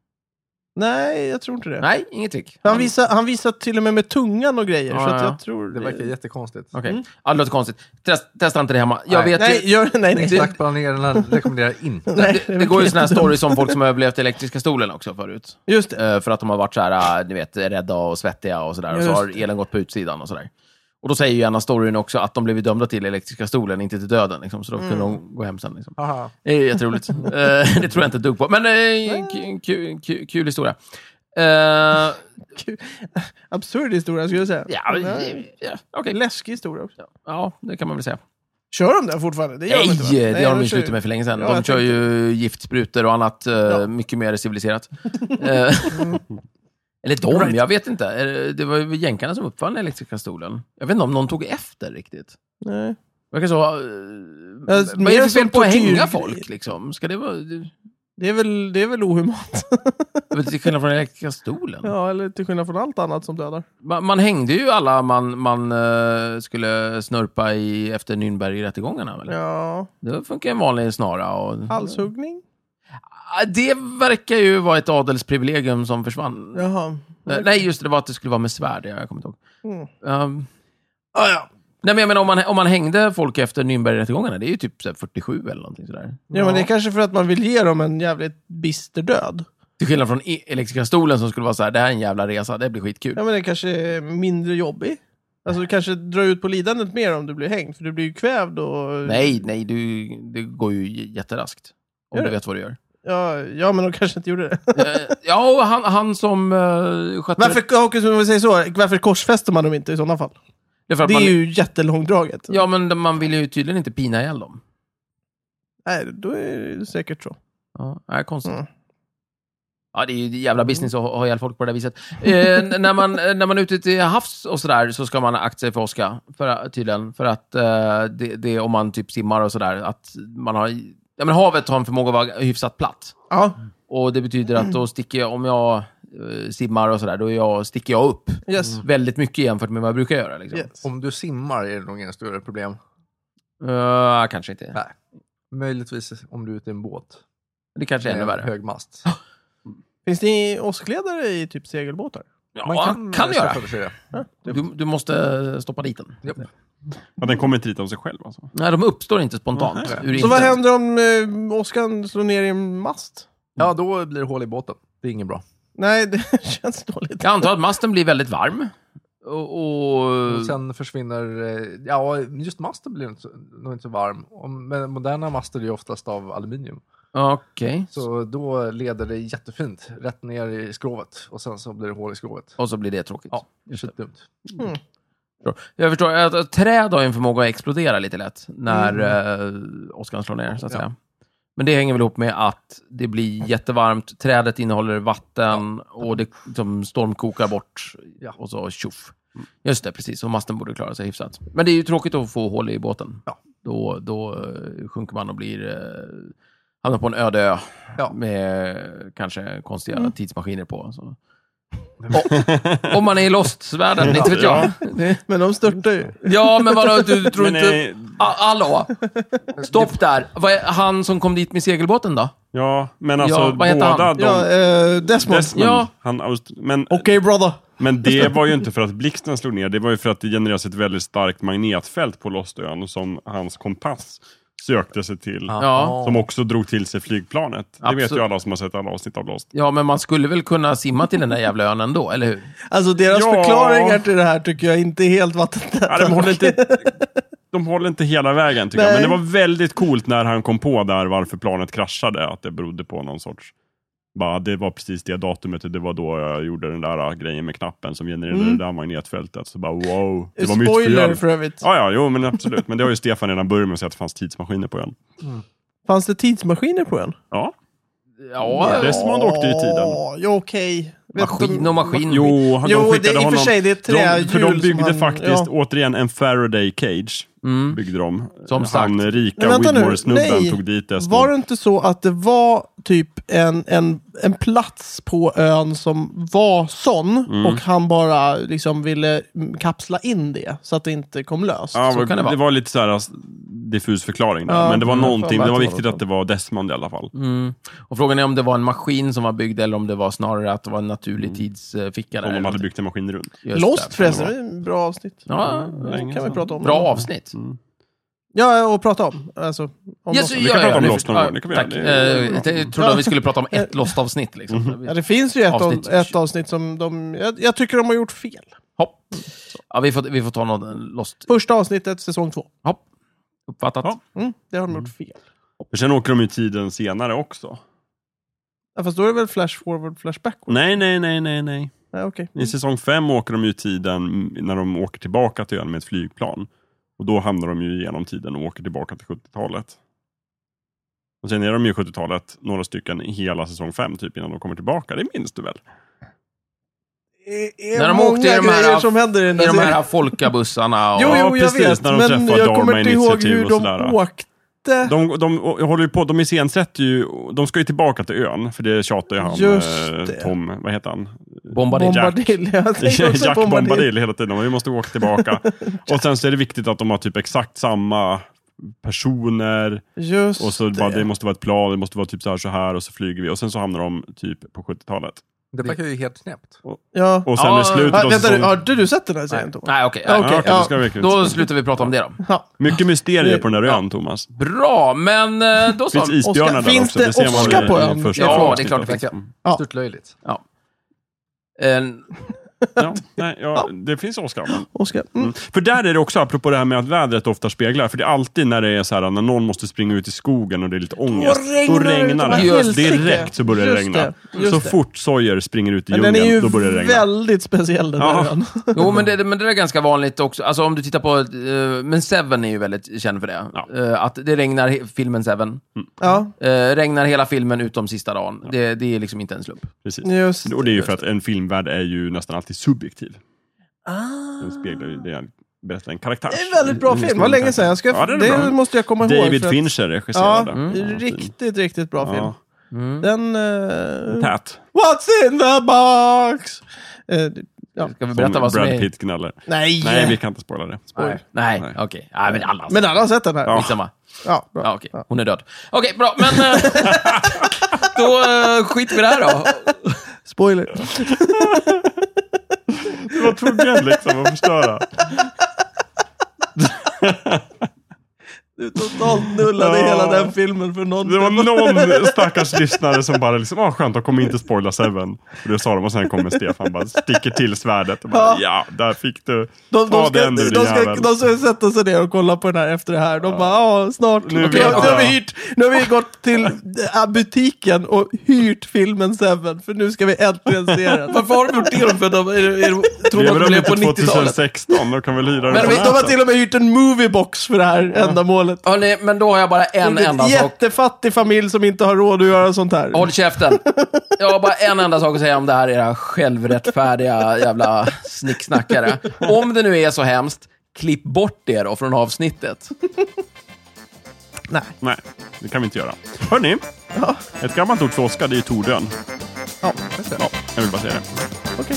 [SPEAKER 3] Nej, jag tror inte det.
[SPEAKER 1] Nej, inget trick.
[SPEAKER 3] Han visar, han visar till och med med tungan och grejer.
[SPEAKER 1] Ja,
[SPEAKER 3] så att
[SPEAKER 1] ja.
[SPEAKER 3] jag tror...
[SPEAKER 4] Det verkar jättekonstigt.
[SPEAKER 1] Okej, Mm. ja, det låter konstigt. Test, testa inte det hemma. Jag
[SPEAKER 4] Nej.
[SPEAKER 1] vet ju-
[SPEAKER 3] Nej, gör, nej, nej.
[SPEAKER 4] Kontaktplanerarna rekommenderar jag inte.
[SPEAKER 3] Nej,
[SPEAKER 1] det, det, går ju såna här stories om folk som har överlevt elektriska stolen också förut.
[SPEAKER 3] Just det.
[SPEAKER 1] Eh, för att de har varit så här, eh, ni vet, rädda och svettiga och sådär. Och så
[SPEAKER 3] Just
[SPEAKER 1] har elen gått på utsidan och sådär. Och då säger ju en av storyn också att de blev dömda till elektriska stolen, inte till döden. Liksom, så då kunde
[SPEAKER 3] Mm.
[SPEAKER 1] de gå hem sen. Liksom.
[SPEAKER 4] Aha.
[SPEAKER 1] Det är jätteroligt. Eh, det tror jag inte ett dugg på. Men eh, kul, kul, kul, kul historia. Eh,
[SPEAKER 3] Kul. Absurd historia skulle jag säga.
[SPEAKER 1] ja,
[SPEAKER 3] Nej.
[SPEAKER 1] ja,
[SPEAKER 3] Okej, läskig historia också.
[SPEAKER 1] ja, det kan man väl säga.
[SPEAKER 3] Kör de där fortfarande? Det gör de
[SPEAKER 1] Nej,
[SPEAKER 3] inte, va?
[SPEAKER 1] det har de ju
[SPEAKER 3] kör
[SPEAKER 1] slutat med för länge sedan.
[SPEAKER 3] Ja,
[SPEAKER 1] de
[SPEAKER 3] jag
[SPEAKER 1] kör ju giftsprutor och annat eh, mycket mer civiliserat. Eh, Eller de, jag vet inte. Är det- Det var ju jänkarna som uppfann den elektriska stolen. Jag vet inte om någon tog efter riktigt.
[SPEAKER 3] Nej.
[SPEAKER 1] Verkar så... eh,
[SPEAKER 3] Alltså,
[SPEAKER 1] vad är det
[SPEAKER 3] mer
[SPEAKER 1] för fel
[SPEAKER 3] som
[SPEAKER 1] på att
[SPEAKER 3] tortyr-
[SPEAKER 1] hänga folk? Liksom? Ska det vara...
[SPEAKER 3] Det är väl, det är väl ohumant.
[SPEAKER 1] Till skillnad från den elektriska stolen.
[SPEAKER 3] ja, eller till skillnad från allt annat som dödar.
[SPEAKER 1] Man, man hängde ju alla man, man eh, skulle snurpa i efter Nürnberg-rättegångarna. väl?
[SPEAKER 3] Ja,
[SPEAKER 1] Det funkar ju en vanlig snara. Och...
[SPEAKER 3] halshuggning.
[SPEAKER 1] Ah, Det verkar ju vara ett adelsprivilegium som försvann.
[SPEAKER 3] Jaha.
[SPEAKER 1] Eh, Nej, just det, det var att det skulle vara med svärd. det har Jag kommer inte ihåg.
[SPEAKER 3] Mm.
[SPEAKER 1] Um,
[SPEAKER 3] Ah, ja.
[SPEAKER 1] nej, men jag menar, om man, om man hängde folk efter Nürnberg-rättegångarna, det är ju typ så här 47 eller någonting sådär.
[SPEAKER 3] Ja, men det är kanske för att man vill ge dem en jävligt bister död.
[SPEAKER 1] Till skillnad från e- elektriska stolen som skulle vara så här, det här är en jävla resa, det blir skitkul.
[SPEAKER 3] Ja, men det kanske är mindre jobbig. Alltså, du kanske drar ut på lidandet mer om du blir hängd, för du blir ju kvävd och...
[SPEAKER 1] Nej, nej, du, det går ju j- jätteraskt. Om
[SPEAKER 3] Gör
[SPEAKER 1] du
[SPEAKER 3] det?
[SPEAKER 1] vet vad du gör.
[SPEAKER 3] Ja, ja, men de kanske inte gjorde det.
[SPEAKER 1] Eh, ja, och han, han som uh, skötte...
[SPEAKER 3] Varför, Håkan, om vi säger så, varför korsfäster man dem inte i sådana fall?
[SPEAKER 1] Det, är för att
[SPEAKER 3] Det är
[SPEAKER 1] man,
[SPEAKER 3] ju jättelångdraget.
[SPEAKER 1] Ja, men de- man vill ju tydligen inte pina ihjäl dem.
[SPEAKER 3] Nej, då är det säkert så.
[SPEAKER 1] Ja, det är konstigt.
[SPEAKER 3] Mm.
[SPEAKER 1] Ja, det är ju jävla business att ha ha ihjäl folk på det där viset. Eh, n- när, man, eh, när man är ute till havs och sådär så ska man akta sig för åska, för, tydligen. För att eh, det, det är om man typ simmar och sådär, att man har... Ja, men havet har en förmåga att vara hyfsat platt.
[SPEAKER 3] Ja,
[SPEAKER 1] Och det betyder
[SPEAKER 3] Mm.
[SPEAKER 1] att då sticker jag, om jag eh, simmar och sådär, då är jag, sticker jag upp
[SPEAKER 3] yes.
[SPEAKER 1] väldigt mycket jämfört med vad jag brukar göra. Liksom.
[SPEAKER 3] yes.
[SPEAKER 4] Om du simmar är det nog inga större problem.
[SPEAKER 1] Eh, kanske inte.
[SPEAKER 4] Nej. Möjligtvis om du är ute i en båt.
[SPEAKER 1] Det kanske är ännu
[SPEAKER 4] Med en
[SPEAKER 1] värre.
[SPEAKER 4] hög mast.
[SPEAKER 3] Finns det åskledare i typ segelbåtar?
[SPEAKER 1] Ja, kan, kan
[SPEAKER 4] eh,
[SPEAKER 1] göra.
[SPEAKER 4] skaffa sig det.
[SPEAKER 1] Du, du måste stoppa dit den.
[SPEAKER 4] Japp.
[SPEAKER 2] Att den kommer inte dit av sig själv alltså.
[SPEAKER 1] Nej, de uppstår inte spontant.
[SPEAKER 2] Nej.
[SPEAKER 1] Ur
[SPEAKER 3] Så
[SPEAKER 1] intet.
[SPEAKER 3] vad händer om eh, åskan slår ner i en mast?
[SPEAKER 4] Ja, då blir det hål i båten. Det är inget bra.
[SPEAKER 3] Nej, det känns dåligt.
[SPEAKER 1] Jag antar att masten blir väldigt varm. Och, och...
[SPEAKER 4] Och sen försvinner... eh, Ja, just masten blir inte så, nog inte så varm. Om- Men moderna master är ju oftast av aluminium.
[SPEAKER 1] Okej.
[SPEAKER 4] Så då leder det jättefint rätt ner i skrovet. Och sen så blir det hål i skrovet.
[SPEAKER 1] Och så blir det tråkigt.
[SPEAKER 4] Ja, det är skitdumt.
[SPEAKER 1] Jag förstår. Att, att träd har ju en förmåga att explodera lite lätt när mm. åskan slår ner, så att
[SPEAKER 4] Ja.
[SPEAKER 1] säga. Men det hänger väl ihop med att det blir jättevarmt, trädet innehåller vatten och det liksom stormkokar bort.
[SPEAKER 4] Ja.
[SPEAKER 1] Och så tjoff. Just det, precis. Och masten borde klara sig hyfsat. Men det är ju tråkigt att få hål i båten.
[SPEAKER 4] Ja.
[SPEAKER 1] Då, då eh, sjunker man och blir... Eh, hamnar på en öde ö
[SPEAKER 4] Ja. Mm.
[SPEAKER 1] med kanske konstiga tidsmaskiner på. Så. Om man är i Lost-världen, inte vet jag.
[SPEAKER 3] Men de störtar ju.
[SPEAKER 1] Ja, men vadå, du tror
[SPEAKER 2] Men,
[SPEAKER 1] inte...
[SPEAKER 2] eh,
[SPEAKER 1] Ah, Hallå! Stopp där. Vad är han som kom dit med segelbåten då?
[SPEAKER 2] ja, men alltså
[SPEAKER 1] Ja, vad heter han?
[SPEAKER 2] båda de...
[SPEAKER 3] Ja, eh, Desmond.
[SPEAKER 2] Desmond,
[SPEAKER 1] Ja.
[SPEAKER 2] han, aust- men,
[SPEAKER 3] Okej brother.
[SPEAKER 2] men det var ju inte för att blixten slog ner, det var ju för att det genereras ett väldigt starkt magnetfält på Lostön som hans kompass sökte sig till.
[SPEAKER 1] Ja.
[SPEAKER 2] Som också drog till sig flygplanet. Det vet
[SPEAKER 1] Absolut.
[SPEAKER 2] ju alla som har sett alla avsnitt av Lost.
[SPEAKER 1] Ja, men man skulle väl kunna simma till den där jävla ön ändå, eller hur?
[SPEAKER 3] Alltså deras
[SPEAKER 2] Ja.
[SPEAKER 3] förklaringar till det här tycker jag inte är helt vattentäta.
[SPEAKER 2] Ja, de, håller inte, de håller inte hela vägen tycker jag.
[SPEAKER 3] Nej.
[SPEAKER 2] Men det var väldigt coolt när han kom på där varför planet kraschade. Att det berodde på någon sorts... Bara, det var precis det datumet och det var då jag gjorde den där äh, grejen med knappen som genererade det där magnetfältet. Så bara wow. Det var
[SPEAKER 3] Mm. Spoiler
[SPEAKER 2] mitt fel.
[SPEAKER 3] för övrigt.
[SPEAKER 2] Ja, ja, jo, men absolut. Men det har ju Stefan redan börjat med att säga att det fanns tidsmaskiner på ön.
[SPEAKER 3] Fanns det tidsmaskiner på ön?
[SPEAKER 2] Ja,
[SPEAKER 1] Ja,
[SPEAKER 2] Desmond åkte ju i tiden.
[SPEAKER 3] Ja, Jo, okej. Vet
[SPEAKER 1] maskin
[SPEAKER 3] de-
[SPEAKER 1] och maskin.
[SPEAKER 2] Jo, han,
[SPEAKER 3] Jo,
[SPEAKER 2] de
[SPEAKER 3] det-
[SPEAKER 2] skickade
[SPEAKER 3] i och för
[SPEAKER 2] honom,
[SPEAKER 3] sig, det är
[SPEAKER 2] de, För
[SPEAKER 3] trähjul
[SPEAKER 2] de
[SPEAKER 3] som
[SPEAKER 2] byggde
[SPEAKER 3] han-
[SPEAKER 2] faktiskt,
[SPEAKER 3] ja. Mm.
[SPEAKER 2] återigen, en Faraday cage. Byggde de.
[SPEAKER 1] Som
[SPEAKER 2] han
[SPEAKER 1] sagt.
[SPEAKER 3] Men
[SPEAKER 2] rika
[SPEAKER 3] vänta nu,
[SPEAKER 2] Widmore-snubben
[SPEAKER 3] nej.
[SPEAKER 2] tog dit Desmond.
[SPEAKER 3] Var det inte så att det var typ en, en, en plats på ön som var sån
[SPEAKER 1] Mm.
[SPEAKER 3] och han bara liksom ville mm, kapsla in det så att det inte kom löst?
[SPEAKER 2] Ja,
[SPEAKER 1] Så
[SPEAKER 2] var-
[SPEAKER 1] kan det
[SPEAKER 2] det,
[SPEAKER 1] vara.
[SPEAKER 2] var lite så här alltså, diffus förklaring där.
[SPEAKER 3] Ja, Mm.
[SPEAKER 2] men det var
[SPEAKER 3] jag har
[SPEAKER 2] någonting,
[SPEAKER 3] för mig
[SPEAKER 2] det var
[SPEAKER 3] att det
[SPEAKER 2] viktigt
[SPEAKER 3] var
[SPEAKER 2] att det var Desmond i alla fall.
[SPEAKER 1] Och frågan är om det var en maskin som var byggd eller om det var snarare att det var en naturlig tidsficka där.
[SPEAKER 2] Mm. Om de
[SPEAKER 1] eller
[SPEAKER 2] hade
[SPEAKER 1] något.
[SPEAKER 2] byggt en maskin runt.
[SPEAKER 1] Just
[SPEAKER 3] Lost
[SPEAKER 1] det.
[SPEAKER 3] förresten, det är en bra avsnitt.
[SPEAKER 1] Ja,
[SPEAKER 3] det kan vi
[SPEAKER 2] sedan.
[SPEAKER 3] prata om.
[SPEAKER 1] Bra avsnitt.
[SPEAKER 3] Ja, och prata om. Alltså, om
[SPEAKER 1] Yes,
[SPEAKER 3] Lost.
[SPEAKER 1] ja,
[SPEAKER 2] Vi kan
[SPEAKER 1] ja,
[SPEAKER 2] prata om
[SPEAKER 1] ja,
[SPEAKER 2] Mm. Lost någon
[SPEAKER 1] ja,
[SPEAKER 2] gång, det kan vi
[SPEAKER 1] Tack.
[SPEAKER 2] göra. Det är
[SPEAKER 1] Eh,
[SPEAKER 2] bra. Mm.
[SPEAKER 1] Jag trodde att vi skulle prata om ett Lost-avsnitt. Liksom.
[SPEAKER 3] ja, det finns ju ett
[SPEAKER 1] Avsnitt
[SPEAKER 3] avsnitt, ett avsnitt som de... Jag, jag tycker de har gjort fel.
[SPEAKER 1] Hopp. Ja, vi, får, vi får ta någon eh, Lost.
[SPEAKER 3] Första avsnittet, säsong två.
[SPEAKER 1] Hopp. Uppfattat.
[SPEAKER 2] Ja.
[SPEAKER 3] Mm, det har de gjort fel.
[SPEAKER 2] Men sen åker de ju tiden senare också.
[SPEAKER 3] Ja, fast då är det väl flash forward, flash backward?
[SPEAKER 2] Nej, nej, nej, nej, nej.
[SPEAKER 3] Nej, okej.
[SPEAKER 2] I säsong fem åker de ju tiden mm, när de åker tillbaka till ön med ett flygplan. Och då hamnar de ju genom tiden och åker tillbaka till 70-talet. Och sen är de ju 70-talet, några stycken, hela säsong fem typ innan de kommer tillbaka. Det minns du väl?
[SPEAKER 3] Det är
[SPEAKER 1] När de
[SPEAKER 3] många
[SPEAKER 1] åkte i de här-
[SPEAKER 3] grejer som händer i den
[SPEAKER 1] I
[SPEAKER 3] här
[SPEAKER 1] de
[SPEAKER 3] serien.
[SPEAKER 1] här
[SPEAKER 2] Alltså,
[SPEAKER 1] folkabussarna. Och...
[SPEAKER 3] Jo,
[SPEAKER 2] Ja,
[SPEAKER 3] jo, jag
[SPEAKER 2] precis,
[SPEAKER 3] vet.
[SPEAKER 2] när de
[SPEAKER 3] men
[SPEAKER 2] träffar
[SPEAKER 3] jag
[SPEAKER 2] Dharma
[SPEAKER 3] kommer inte ihåg
[SPEAKER 2] Initiative
[SPEAKER 3] hur
[SPEAKER 2] och
[SPEAKER 3] de
[SPEAKER 2] sådär.
[SPEAKER 3] åkte.
[SPEAKER 2] De, de håller ju på, de iscensätter ju, de ska ju tillbaka till ön, för det tjatar ju han,
[SPEAKER 3] Just
[SPEAKER 2] eh,
[SPEAKER 3] det.
[SPEAKER 2] Tom, vad heter han?
[SPEAKER 1] Bombade Jack.
[SPEAKER 3] Bombadil. Jag tänkte också
[SPEAKER 2] Jack
[SPEAKER 3] Bombadil.
[SPEAKER 2] Bombadil hela tiden, och vi måste åka tillbaka. och sen så är det viktigt att de har typ exakt samma personer,
[SPEAKER 3] Just
[SPEAKER 2] och så bara, det måste vara ett plan, det måste vara typ så här, så här, och så flyger vi, och sen så hamnar de typ på 70-talet.
[SPEAKER 4] Det verkar ju helt knäppt.
[SPEAKER 3] Ja.
[SPEAKER 2] Och sen
[SPEAKER 1] Ja,
[SPEAKER 2] i slutet
[SPEAKER 3] Ah,
[SPEAKER 2] av
[SPEAKER 3] vänta,
[SPEAKER 2] säsongen...
[SPEAKER 3] du, har du, du sett den här serien? Thomas?
[SPEAKER 1] Nej, okej.
[SPEAKER 3] Ja,
[SPEAKER 1] Ja,
[SPEAKER 2] Ja,
[SPEAKER 3] okej,
[SPEAKER 2] okej, då ska vi verkligen-
[SPEAKER 1] Då slutar vi prata om det då.
[SPEAKER 3] Ja.
[SPEAKER 2] Mycket mysterier på den där ön, Thomas.
[SPEAKER 1] Bra, men eh, då så.
[SPEAKER 2] Det finns isbjörnar där
[SPEAKER 3] Oscar, finns
[SPEAKER 2] också.
[SPEAKER 3] det
[SPEAKER 2] ser man
[SPEAKER 3] Oscar
[SPEAKER 2] i-
[SPEAKER 3] på
[SPEAKER 2] i
[SPEAKER 3] ön?
[SPEAKER 2] första
[SPEAKER 1] Ja, det är
[SPEAKER 2] avsnittet. Mm.
[SPEAKER 1] klart det finns.
[SPEAKER 3] Ja.
[SPEAKER 4] Stört löjligt.
[SPEAKER 1] Ja. En,
[SPEAKER 2] Ja, nej, ja, det finns Oscar. Men...
[SPEAKER 3] Oscar. Mm.
[SPEAKER 2] För där är det också, apropå det här med att vädret ofta speglar, för det är alltid när det är så här, när någon måste springa ut i skogen och det är lite ångest,
[SPEAKER 3] regnar
[SPEAKER 2] då
[SPEAKER 3] det
[SPEAKER 2] regnar det.
[SPEAKER 3] utav helsike.
[SPEAKER 2] Direkt så börjar det
[SPEAKER 3] Just
[SPEAKER 2] regna.
[SPEAKER 3] det, just
[SPEAKER 2] så
[SPEAKER 3] det.
[SPEAKER 2] fort Sawyer springer ut i
[SPEAKER 3] Men den är ju
[SPEAKER 2] djungeln, då börjar det regna.
[SPEAKER 3] väldigt speciell den
[SPEAKER 2] Ja.
[SPEAKER 3] där ön.
[SPEAKER 1] Jo, men det, men det där är ganska vanligt också. Alltså om du tittar på... eh, men Seven är ju väldigt känd för det.
[SPEAKER 2] Ja.
[SPEAKER 1] Eh, att det regnar, he- filmen Seven.
[SPEAKER 3] Ja,
[SPEAKER 1] Eh, regnar hela filmen utom sista dagen. Det, det är liksom inte en slump.
[SPEAKER 2] Precis.
[SPEAKER 3] just
[SPEAKER 2] Och det är ju för att en filmvärld är ju nästan alltid subjektiv. Den
[SPEAKER 3] Ah.
[SPEAKER 2] speglar ju, det berättar en karaktär.
[SPEAKER 3] Det är en väldigt bra film. Vad länge sedan. Jag ska,
[SPEAKER 2] Ja, den är
[SPEAKER 3] det
[SPEAKER 2] bra.
[SPEAKER 3] måste jag komma ihåg.
[SPEAKER 2] David
[SPEAKER 3] för att-
[SPEAKER 2] Fincher regisserade
[SPEAKER 3] Ja, mm.
[SPEAKER 2] den. fin.
[SPEAKER 3] riktigt, riktigt bra film.
[SPEAKER 2] Ja, Mm.
[SPEAKER 3] Den... eh,
[SPEAKER 2] Tät.
[SPEAKER 3] What's in the box? Eh, ja.
[SPEAKER 1] Ska vi
[SPEAKER 2] Som
[SPEAKER 1] berätta vad som
[SPEAKER 2] Brad
[SPEAKER 1] är...
[SPEAKER 2] Pitt gnäller.
[SPEAKER 3] Nej!
[SPEAKER 2] Nej, vi kan inte spoila det.
[SPEAKER 1] Nej, Nej, okej. Nej, men alla.
[SPEAKER 3] Men alla har sett den här. Ja,
[SPEAKER 1] Skitsamma.
[SPEAKER 3] bra.
[SPEAKER 1] Ja, okej. Hon är död. Okej, bra. Men eh, då eh, skiter vi där då.
[SPEAKER 3] Spoiler.
[SPEAKER 2] Du var tvungen liksom att förstöra.
[SPEAKER 3] Du totalt nullade
[SPEAKER 2] Ja.
[SPEAKER 3] hela den filmen för någon.
[SPEAKER 2] Det var någon stackars lyssnare som bara liksom, ah skönt, de kommer inte spoila Seven. Och det sa de och sen kommer Stefan bara, sticker till svärdet och bara, ja, där fick du.
[SPEAKER 3] De, de,
[SPEAKER 2] Ta
[SPEAKER 3] ska,
[SPEAKER 2] den
[SPEAKER 3] de,
[SPEAKER 2] du
[SPEAKER 3] ska,
[SPEAKER 2] din
[SPEAKER 3] de, ska,
[SPEAKER 2] jävel.
[SPEAKER 3] sätta sig ner och kolla på den här efter det här. De bara, ja, snart.
[SPEAKER 2] Nu
[SPEAKER 3] Okej,
[SPEAKER 2] vet
[SPEAKER 3] nu, har vi
[SPEAKER 2] jag.
[SPEAKER 3] hyrt, nu har vi gått till äh, butiken och hyrt filmen Seven, för nu ska vi äntligen se den.
[SPEAKER 1] Varför har de gjort det? då? För de, är, är, är, tror de
[SPEAKER 2] Lever
[SPEAKER 1] att det
[SPEAKER 2] de
[SPEAKER 1] blev på
[SPEAKER 2] inte
[SPEAKER 1] 90-talet?
[SPEAKER 2] 2016? De kan väl hyra den
[SPEAKER 3] Men
[SPEAKER 2] på
[SPEAKER 3] Alltså, de har
[SPEAKER 2] nätet?
[SPEAKER 3] till och med hyrt en moviebox för det här ändamålet.
[SPEAKER 1] Hörrni, men då har jag bara en
[SPEAKER 3] En
[SPEAKER 1] enda sak
[SPEAKER 3] jättefattig familj som inte har råd att göra sånt här.
[SPEAKER 1] Håll käften. Jag har bara en enda sak att säga om det här, era självrättfärdiga jävla snicksnackare. Om det nu är så hemskt, klipp bort det då från avsnittet.
[SPEAKER 3] Nej.
[SPEAKER 2] Nej, det kan vi inte göra. Hörni, ett gammalt ord för Oscar, det är ju tordön.
[SPEAKER 3] Ja.
[SPEAKER 2] Ja, jag vill bara säga det.
[SPEAKER 3] Okej.